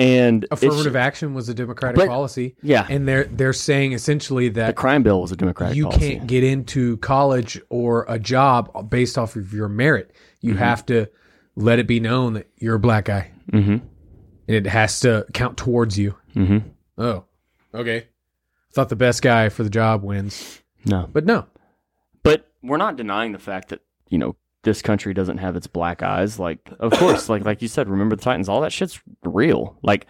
Speaker 1: And it's-
Speaker 2: affirmative action was a democratic
Speaker 1: But-
Speaker 2: policy
Speaker 1: yeah,
Speaker 2: and they're they're saying essentially
Speaker 1: the
Speaker 2: that
Speaker 1: crime bill was a Democratic
Speaker 2: you
Speaker 1: policy.
Speaker 2: can't get into college or a job based off of your merit you have to let it be known that you're a black guy
Speaker 1: Mm-hmm.
Speaker 2: it has to count towards you
Speaker 1: Mm-hmm.
Speaker 2: oh okay thought the best guy for the job wins
Speaker 1: No,
Speaker 2: but no
Speaker 1: but we're not denying the fact that you know this country doesn't have its black eyes. Like, of course, like like you said, remember the Titans. All that shit's real. Like,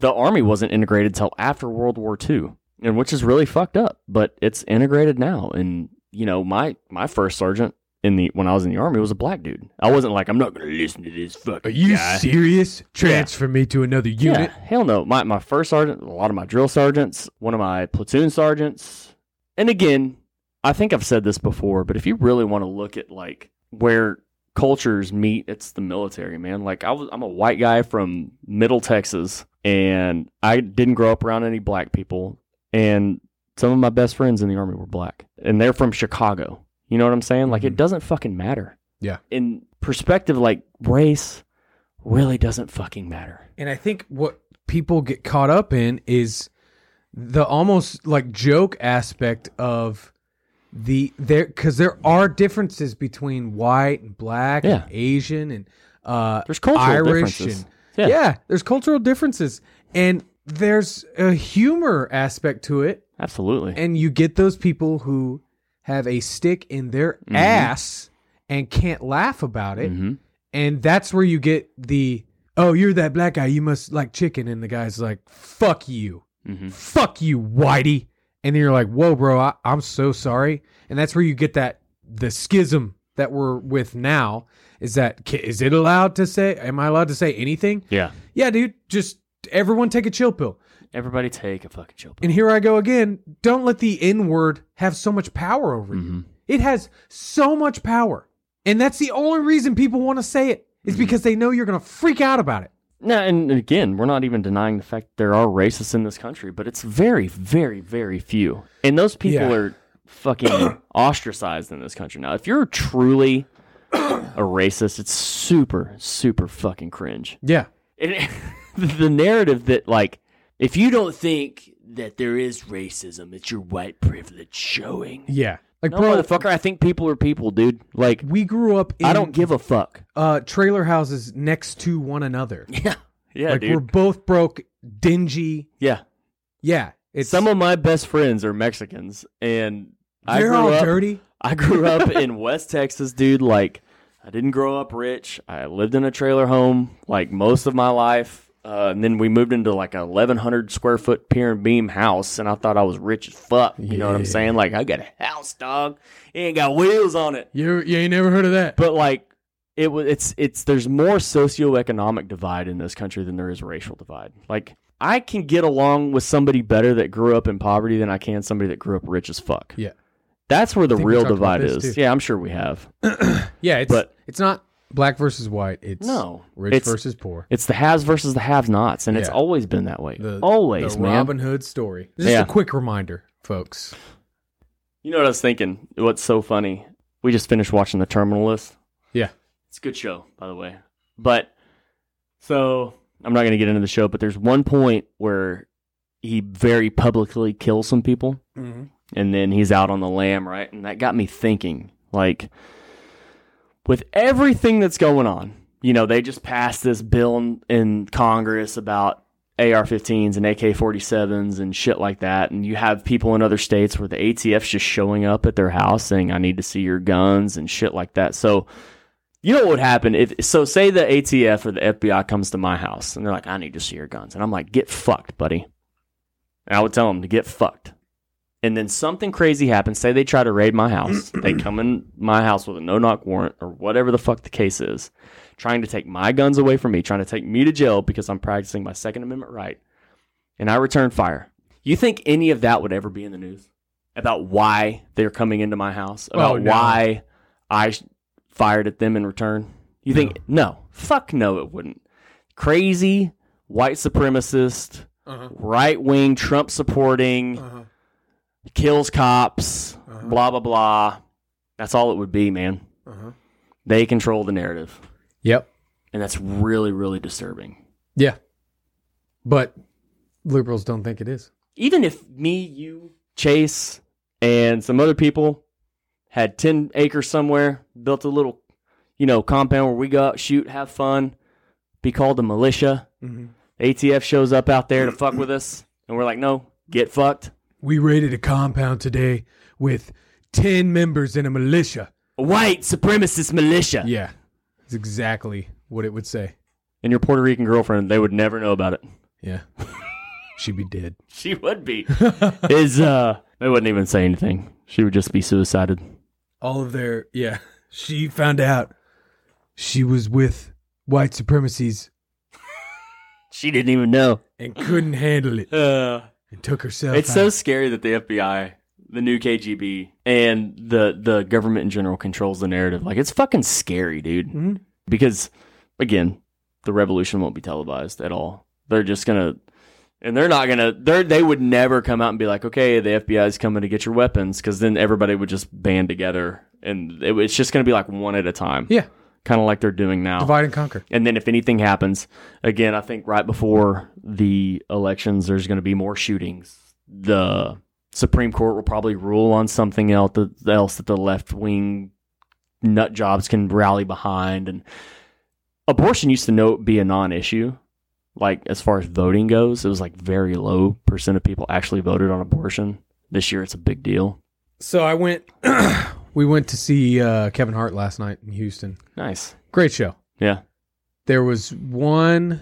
Speaker 1: the army wasn't integrated till after World War II, and which is really fucked up. But it's integrated now, and you know my my first sergeant in the when I was in the army was a black dude. I wasn't like I'm not gonna listen to this fucking.
Speaker 2: are you
Speaker 1: guy.
Speaker 2: serious transfer me to another unit
Speaker 1: Yeah, hell no. My my first sergeant, a lot of my drill sergeants, one of my platoon sergeants, and again, I think I've said this before, but if you really want to look at like where cultures meet, it's the military, man. Like I was, I'm a white guy from Middle Texas, and I didn't grow up around any black people, and Some of my best friends in the army were black, and they're from Chicago. You know what I'm saying? Like it doesn't fucking matter.
Speaker 2: Mm-hmm. Yeah.
Speaker 1: In perspective, like race really doesn't fucking matter.
Speaker 2: And I think what people get caught up in is the almost like joke aspect of the there because there are differences between white and black
Speaker 1: Yeah.
Speaker 2: and Asian and uh,
Speaker 1: There's cultural
Speaker 2: Irish
Speaker 1: differences.
Speaker 2: and
Speaker 1: Yeah.
Speaker 2: yeah. there's cultural differences and there's a humor aspect to it
Speaker 1: Absolutely.
Speaker 2: and you get those people who have a stick in their ass and can't laugh about it
Speaker 1: Mhm.
Speaker 2: and that's where you get the oh you're that black guy you must like chicken and the guy's like fuck you
Speaker 1: Mhm.
Speaker 2: fuck you whitey and then you're like whoa bro I, i'm so sorry and that's where you get that the schism that we're with now is that ki- is it allowed to say am i allowed to say anything
Speaker 1: Yeah.
Speaker 2: yeah dude just everyone take a chill pill
Speaker 1: Everybody take a fucking chill pill.
Speaker 2: and here I go again. Don't let the N word have so much power over
Speaker 1: Mm-hmm.
Speaker 2: you. It has so much power. And that's the only reason people want to say it is
Speaker 1: Mm-hmm.
Speaker 2: because they know you're going to freak out about it.
Speaker 1: No, and again, we're not even denying the fact there are racists in this country, but it's very, very, very few. And those people
Speaker 2: Yeah.
Speaker 1: are fucking ostracized in this country now. If you're truly a racist, it's super, super fucking cringe.
Speaker 2: Yeah.
Speaker 1: And the narrative that, like, if you don't think that there is racism, it's your white privilege showing.
Speaker 2: Yeah. Like,
Speaker 1: No,
Speaker 2: bro,
Speaker 1: motherfucker, I think people are people, dude. Like,
Speaker 2: we grew up in
Speaker 1: I don't give a fuck.
Speaker 2: uh, trailer houses next to one another.
Speaker 1: Yeah. Yeah,
Speaker 2: like,
Speaker 1: dude.
Speaker 2: we're both broke, dingy.
Speaker 1: yeah.
Speaker 2: Yeah. It's
Speaker 1: Some of my best friends are Mexicans, and I
Speaker 2: they're
Speaker 1: grew
Speaker 2: all
Speaker 1: up.
Speaker 2: dirty.
Speaker 1: I grew up in West Texas, dude. Like, I didn't grow up rich. I lived in a trailer home like most of my life, uh, and then we moved into like a 1,100 square foot pier and beam house, and I thought I was rich as fuck. You know what I'm saying? Like, I got a house, dog. It ain't got wheels on it.
Speaker 2: You, you ain't never heard of that.
Speaker 1: But like it was it's it's there's more socioeconomic divide in this country than there is racial divide. Like I can get along with somebody better that grew up in poverty than I can somebody that grew up rich as fuck.
Speaker 2: Yeah.
Speaker 1: That's where the
Speaker 2: think we
Speaker 1: real
Speaker 2: talked about
Speaker 1: divide
Speaker 2: this,
Speaker 1: is.
Speaker 2: too.
Speaker 1: Yeah, I'm sure we have.
Speaker 2: Yeah. It's,
Speaker 1: but-
Speaker 2: it's not black versus white. It's
Speaker 1: No,
Speaker 2: rich
Speaker 1: it's-
Speaker 2: versus poor.
Speaker 1: It's the haves versus the have-nots, and it's
Speaker 2: Yeah.
Speaker 1: always been that way.
Speaker 2: The-
Speaker 1: always,
Speaker 2: the
Speaker 1: man.
Speaker 2: Robin Hood story. Just
Speaker 1: Yeah.
Speaker 2: a quick reminder, folks.
Speaker 1: You know what I was thinking? What's so funny? We just finished watching The Terminalist.
Speaker 2: Yeah.
Speaker 1: It's a good show, by the way. But so I'm not going to get into the show, but there's one point where he very publicly kills some people and then he's out on the lam, right? And that got me thinking like, with everything that's going on, you know, they just passed this bill in, in Congress about AR 15s and AK 47s and shit like that. And you have people in other states where the ATF's just showing up at their house saying, I need to see your guns and shit like that. So, you know what would happen if so say the ATF or the FBI comes to my house and they're like, I need to see your guns. And I'm like, get fucked, buddy. And I would tell them to get fucked. And then something crazy happens. Say they try to raid my house. they come in my house with a no knock warrant or whatever the fuck the case is, trying to take my guns away from me, trying to take me to jail because I'm practicing my Second Amendment right. And I return fire. You think any of that would ever be in the news about why they're coming into my house? About
Speaker 2: Oh, no.
Speaker 1: why I sh- fired at them in return? You think, no, fuck no, it wouldn't. Crazy white supremacist, right wing, Trump supporting, kills cops, blah, blah, blah. That's all it would be, man. They control the narrative.
Speaker 2: Yep.
Speaker 1: And that's really, really disturbing.
Speaker 2: Yeah. But liberals don't think it is.
Speaker 1: Even if me, you, Chase, and some other people had 10 acres somewhere, built a little, you know, compound where we go out, shoot, have fun, be called the militia. ATF shows up out there to fuck with us. And we're like, no, get fucked.
Speaker 2: We raided a compound today with 10 members in a militia.
Speaker 1: White supremacist militia.
Speaker 2: Yeah. That's exactly what it would say.
Speaker 1: And your Puerto Rican girlfriend, they would never know about it.
Speaker 2: Yeah. She'd be dead.
Speaker 1: She would be. Is uh they wouldn't even say anything. She would just be suicided.
Speaker 2: All of their, yeah. She found out she was with white supremacies
Speaker 1: She didn't even know.
Speaker 2: and couldn't handle it and took herself
Speaker 1: it's so
Speaker 2: out.
Speaker 1: scary that the FBI, the new KGB, and the the government in general controls the narrative. Like it's fucking scary, dude.
Speaker 2: Mhm.
Speaker 1: Because again, the revolution won't be televised at all. They're just gonna And they're not gonna. They they would never come out and be like, okay, the FBI is coming to get your weapons, because then everybody would just band together, and it, it's just gonna be like one at a time.
Speaker 2: Yeah.
Speaker 1: kind of like they're doing now.
Speaker 2: Divide and conquer.
Speaker 1: And then if anything happens, again, I think right before the elections, there's going to be more shootings. The Supreme Court will probably rule on something else that, else that the left wing nut jobs can rally behind. And abortion used to no be a non issue. Like as far as voting goes, it was like very low percent of people actually voted on abortion. This year, it's a big deal.
Speaker 2: So I went. we went to see uh, Kevin Hart last night in Houston.
Speaker 1: Nice.
Speaker 2: Great show.
Speaker 1: Yeah.
Speaker 2: There was one.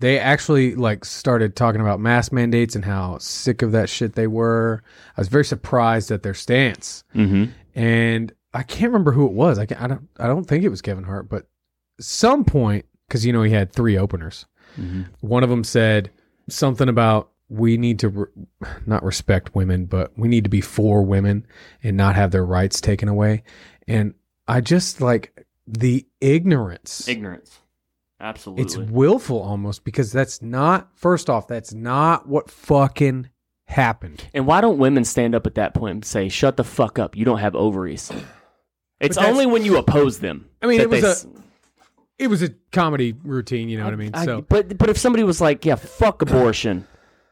Speaker 2: They actually like started talking about mask mandates and how sick of that shit they were. I was very surprised at their stance,
Speaker 1: Mm-hmm.
Speaker 2: and I can't remember who it was. I can, I don't I don't think it was Kevin Hart, but some point because you know he had three openers.
Speaker 1: Mhm.
Speaker 2: One of them said something about we need to re- not respect women, but we need to be for women and not have their rights taken away. And I just like the ignorance.
Speaker 1: Ignorance. Absolutely.
Speaker 2: it's willful almost because that's not first off that's not what fucking happened.
Speaker 1: And why don't women stand up at that point and say, "Shut the fuck up! You don't have ovaries." It's
Speaker 2: that's-
Speaker 1: only when you oppose them.
Speaker 2: I mean,
Speaker 1: that
Speaker 2: it was
Speaker 1: they
Speaker 2: a-
Speaker 1: s-
Speaker 2: It was a comedy routine, you know what I mean?
Speaker 1: I-
Speaker 2: so
Speaker 1: but but if somebody was like, "Yeah, fuck abortion,"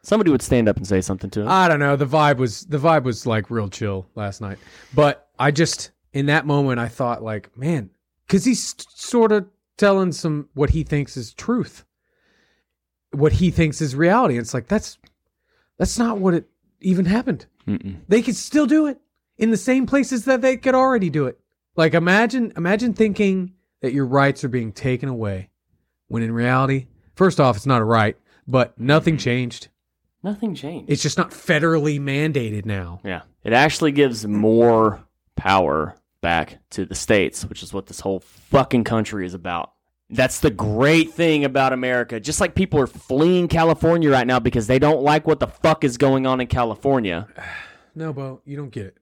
Speaker 1: somebody would stand up and say something to them.
Speaker 2: I don't know. The vibe was the vibe was like real chill last night. But I just in that moment I thought like, man, because he's sort of telling some what he thinks is truth, what he thinks is reality. It's like that's that's not what it even happened.
Speaker 1: Mm-mm.
Speaker 2: They could still do it in the same places that they could already do it. Like imagine imagine thinking that your rights are being taken away when in reality, first off, it's not a right, but nothing changed.
Speaker 1: Nothing changed.
Speaker 2: It's just not federally mandated now.
Speaker 1: yeah, it actually gives more power back to the states, which is what this whole fucking country is about. That's the great thing about America. Just like people are fleeing California right now because they don't like what the fuck is going on in California.
Speaker 2: No, Bo, you don't get it.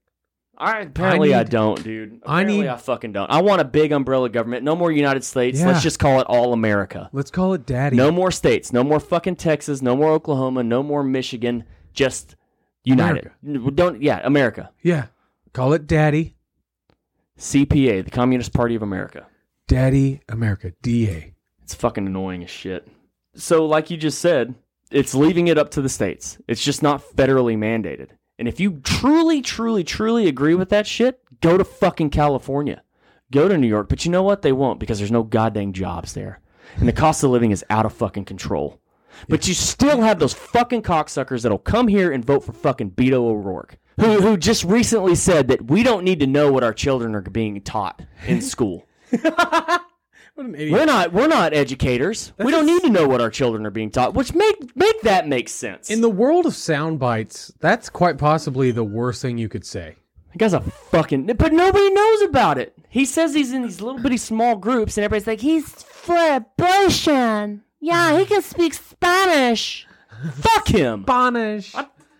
Speaker 1: All right, apparently I,
Speaker 2: need-
Speaker 1: don't, dude.
Speaker 2: I
Speaker 1: Apparently I
Speaker 2: need-
Speaker 1: fucking don't. I want a big umbrella government. No more United States.
Speaker 2: Yeah.
Speaker 1: Let's just call it all America.
Speaker 2: Let's call it daddy.
Speaker 1: No more states. No more fucking Texas. No more Oklahoma. No more Michigan. Just United. N- Don't yeah, America.
Speaker 2: Yeah. Call it daddy.
Speaker 1: CPA, the Communist Party of America.
Speaker 2: Daddy America. DA.
Speaker 1: It's fucking annoying as shit. So, like you just said, it's leaving it up to the states. It's just not federally mandated. And if you truly, truly, truly agree with that shit, go to fucking California. Go to New York. But you know what? They won't because there's no goddamn jobs there. And the cost of living is out of fucking control. But you still have those fucking cocksuckers that'll come here and vote for fucking Beto O'Rourke, who, who just recently said that we don't need to know what our children are being taught in school.
Speaker 2: What an idiot.
Speaker 1: We're not we're not educators. we don't need to know what our children are being taught, which make make that make sense.
Speaker 2: In the world of sound bites, that's quite possibly the worst thing you could say.
Speaker 1: that guy's a fucking but nobody knows about it. He says he's in these little bitty small groups and everybody's like he's
Speaker 3: For abortion. Yeah, he can speak Spanish.
Speaker 1: fuck him.
Speaker 2: Bonish.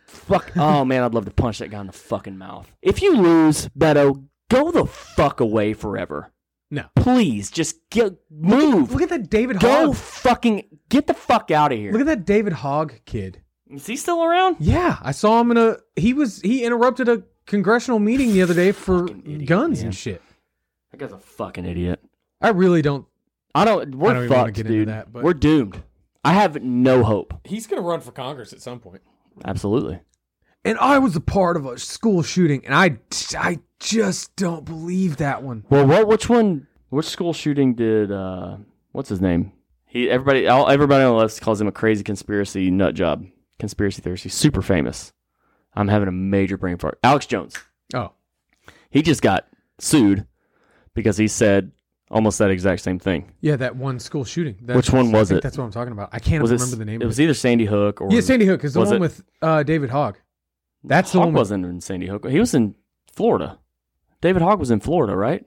Speaker 1: Fuck oh man, I'd love to punch that guy in the fucking mouth. If you lose, Beto, go the fuck away forever.
Speaker 2: No.
Speaker 1: Please just get move.
Speaker 2: Look at that David
Speaker 1: Go
Speaker 2: Hogg.
Speaker 1: fucking get the fuck out of
Speaker 2: Look
Speaker 1: here.
Speaker 2: at that David Hogg kid.
Speaker 1: Is he still around?
Speaker 2: Yeah, I saw him in a he was he interrupted a congressional meeting the other day for
Speaker 1: Fucking idiot,
Speaker 2: guns
Speaker 1: man.
Speaker 2: and shit.
Speaker 1: That guy's a fucking idiot.
Speaker 2: I really don't
Speaker 1: I don't. We're
Speaker 2: don't even wanna
Speaker 1: fucked,
Speaker 2: get into
Speaker 1: dude.
Speaker 2: that, but-
Speaker 1: We're doomed. I have no hope.
Speaker 5: He's gonna run for Congress at some point.
Speaker 1: Absolutely.
Speaker 2: and I was a part of a school shooting, and I, I just don't believe that one.
Speaker 1: Well, what? Which one? Which school shooting did? uh What's his name? He. Everybody. All, everybody on the left calls him a crazy conspiracy nut job. Conspiracy theorist. He's super famous. I'm having a major brain fart. Alex Jones.
Speaker 2: Oh,
Speaker 1: He just got sued because he said almost that exact same thing.
Speaker 2: yeah, that one school shooting. That-
Speaker 1: Which one was
Speaker 2: I think
Speaker 1: it?
Speaker 2: That's what I'm talking about. I can't
Speaker 1: Was it?
Speaker 2: remember the name.
Speaker 1: It
Speaker 2: of
Speaker 1: was either Sandy Hook or
Speaker 2: Yeah, Sandy Hook is the
Speaker 1: was
Speaker 2: one
Speaker 1: it-
Speaker 2: with uh, David Hogg. That's the
Speaker 1: Hawk
Speaker 2: one. With,
Speaker 1: wasn't in Sandy Hook. He was in Florida. David Hogg was in Florida, right?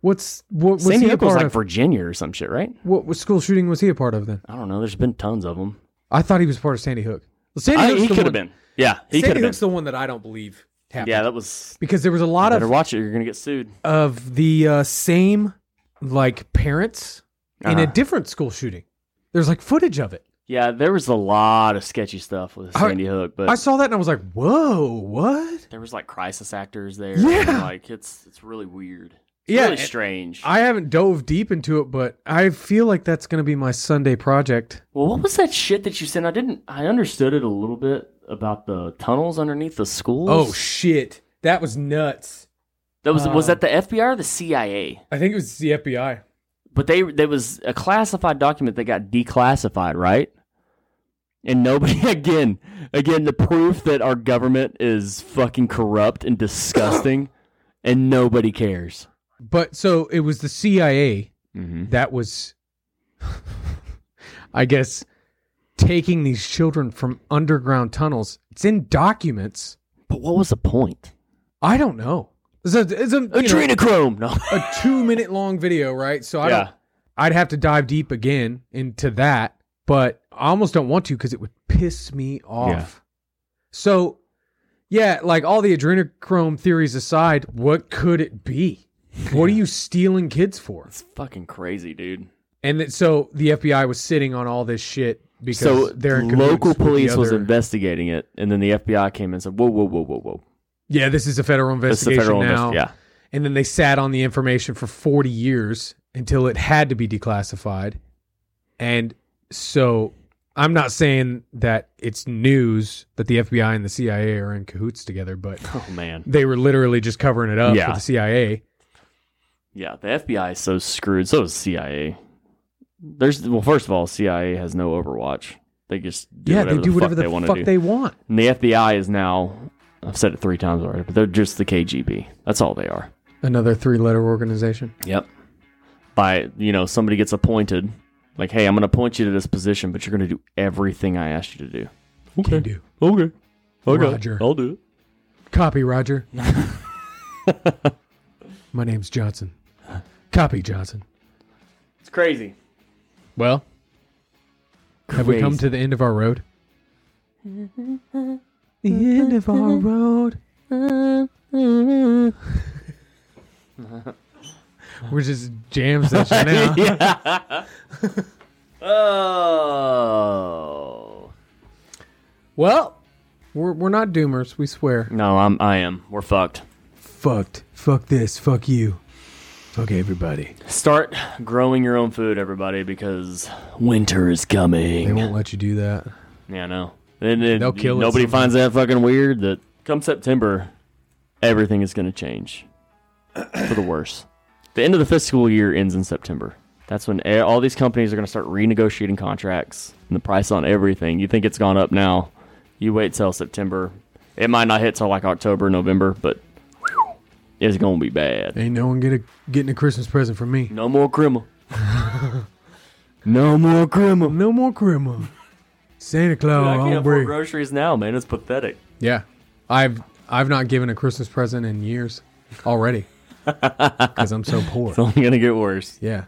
Speaker 2: what's what was
Speaker 1: Sandy
Speaker 2: he a
Speaker 1: Hook was
Speaker 2: part
Speaker 1: like
Speaker 2: of?
Speaker 1: Virginia or some shit, right?
Speaker 2: what, what school shooting was he a part of then?
Speaker 1: I don't know. There's been tons of them.
Speaker 2: I thought he was part of Sandy Hook. Well, Sandy
Speaker 1: I,
Speaker 2: Hook's
Speaker 1: he
Speaker 2: the
Speaker 1: could have
Speaker 2: one-
Speaker 1: been. Yeah, he could
Speaker 2: Sandy
Speaker 1: have
Speaker 2: Hook's
Speaker 1: been.
Speaker 2: the one that I don't believe happened.
Speaker 1: Yeah, that was.
Speaker 2: because there was a lot
Speaker 1: Better
Speaker 2: of
Speaker 1: watch it. You're gonna get sued.
Speaker 2: of the uh, same like parents in a
Speaker 1: Uh-huh.
Speaker 2: different school shooting. There's like footage of it.
Speaker 1: Yeah, there was a lot of sketchy stuff with
Speaker 2: I-
Speaker 1: Sandy Hook, but
Speaker 2: I saw that and I was like, "Whoa, what?"
Speaker 1: there was like crisis actors there.
Speaker 2: Yeah.
Speaker 1: and, like it's it's really weird. It's
Speaker 2: Yeah,
Speaker 1: really
Speaker 2: and
Speaker 1: strange.
Speaker 2: I haven't dove deep into it, but I feel like that's going to be my Sunday project.
Speaker 1: well, what was that shit that you sent? I didn't. I understood it a little bit about the tunnels underneath the schools.
Speaker 5: Oh shit, that was nuts.
Speaker 1: that was was
Speaker 5: uh,
Speaker 1: that the FBI or the CIA?
Speaker 5: I think it was the FBI.
Speaker 1: But they there was a classified document that got declassified, right? And nobody again, again the proof that our government is fucking corrupt and disgusting, and nobody cares.
Speaker 2: But so it was the CIA
Speaker 1: Mm-hmm.
Speaker 2: that was, I guess, taking these children from underground tunnels. It's in documents.
Speaker 1: But what was the point?
Speaker 2: I don't know. It's a, it's a, you know,
Speaker 1: Adrenochrome. No.
Speaker 2: a two minute long video, right? So I
Speaker 1: Yeah.
Speaker 2: don't, I'd have to dive deep again into that, but I almost don't want to because it would piss me off. So, yeah, like all the adrenochrome theories aside, what could it be? What are you stealing kids for?
Speaker 1: It's fucking crazy, dude.
Speaker 2: And that, so the FBI was sitting on all this shit because
Speaker 1: so
Speaker 2: they're in cahoots
Speaker 1: local
Speaker 2: with the
Speaker 1: police was
Speaker 2: other-
Speaker 1: investigating it, and then the FBI came in and said, "Whoa, whoa, whoa, whoa, whoa!
Speaker 2: Yeah, this is a federal
Speaker 1: This is a
Speaker 2: investigation
Speaker 1: federal
Speaker 2: now.
Speaker 1: investigation." Yeah,
Speaker 2: And then they sat on the information for 40 years until it had to be declassified. And so I'm not saying that it's news that the FBI and the CIA are in cahoots together, but
Speaker 1: Oh man.
Speaker 2: they were literally just covering it up
Speaker 1: Yeah.
Speaker 2: for the CIA.
Speaker 1: Yeah, the FBI is so screwed. So is CIA. There's well, first of all, CIA has no Overwatch. They just do
Speaker 2: yeah,
Speaker 1: whatever
Speaker 2: they do
Speaker 1: the
Speaker 2: whatever
Speaker 1: fuck
Speaker 2: the
Speaker 1: they want
Speaker 2: fuck
Speaker 1: to do.
Speaker 2: they want.
Speaker 1: And the FBI is now. I've said it three times already, but they're just the KGB. That's all they are.
Speaker 2: Another three letter organization.
Speaker 1: Yep. By you know, somebody gets appointed. Like, hey, I'm going to appoint you to this position, but you're going to do everything I asked you to do.
Speaker 2: Okay. Can do.
Speaker 1: Okay.
Speaker 2: Okay. Roger.
Speaker 1: I'll do it.
Speaker 2: Copy, Roger. My name's Johnson. Copy, Johnson.
Speaker 1: It's crazy.
Speaker 2: Well, have we come to the end of our road? the end of our road. We're just jam session now.
Speaker 1: Oh.
Speaker 2: Well, we're, we're not doomers, we swear.
Speaker 1: No, I'm. I am. We're fucked.
Speaker 2: Fucked. Fuck this. Fuck you. Fuck everybody.
Speaker 1: Start growing your own food, everybody, because winter is
Speaker 2: They
Speaker 1: coming.
Speaker 2: won't let you do that.
Speaker 1: Yeah, I know. And then
Speaker 2: They'll kill it
Speaker 1: nobody
Speaker 2: somehow.
Speaker 1: finds that fucking weird that come September, everything is going to change for the worse. The end of the fiscal year ends in September. That's when a- all these companies are going to start renegotiating contracts and the price on everything. You think it's gone up now? You wait till September. It might not hit till like October, November, but it's going to be bad.
Speaker 2: Ain't no one get a, getting a Christmas present from me.
Speaker 1: No more criminal. no more criminal.
Speaker 2: No more Grandma. Santa
Speaker 1: I
Speaker 2: Claus
Speaker 1: can't
Speaker 2: on
Speaker 1: afford
Speaker 2: break.
Speaker 1: groceries now, man. It's pathetic.
Speaker 2: Yeah, I've I've not given a Christmas present in years already because I'm so poor.
Speaker 1: It's only going to get worse.
Speaker 2: Yeah,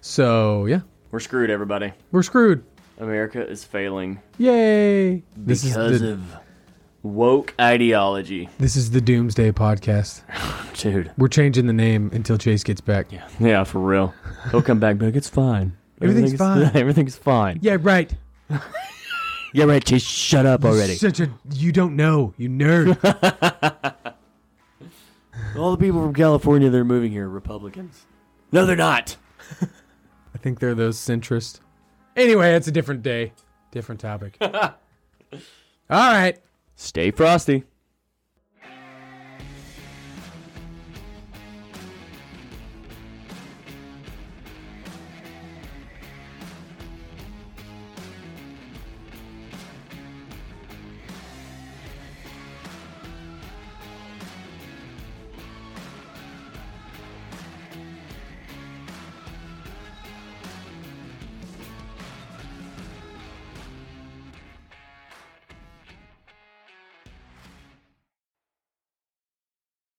Speaker 2: so yeah,
Speaker 1: We're screwed, everybody.
Speaker 2: we're screwed.
Speaker 1: America is failing
Speaker 2: Yay! This
Speaker 1: because
Speaker 2: is the,
Speaker 1: of woke ideology,
Speaker 2: this is the Doomsday podcast.
Speaker 1: dude.
Speaker 2: We're changing the name until Chase gets back. Yeah,
Speaker 1: Yeah, for real. He'll come back, but it's fine.
Speaker 2: Everything's
Speaker 1: Everything's-
Speaker 2: fine.
Speaker 1: Everything's fine.
Speaker 2: yeah right.
Speaker 1: Yeah, right. Just shut up already.
Speaker 2: Such a you don't know you nerd.
Speaker 1: All the people from California that are moving here are Republicans. No, they're not.
Speaker 2: I think they're those centrist. Anyway, it's a different day, different topic. All right.
Speaker 1: Stay frosty.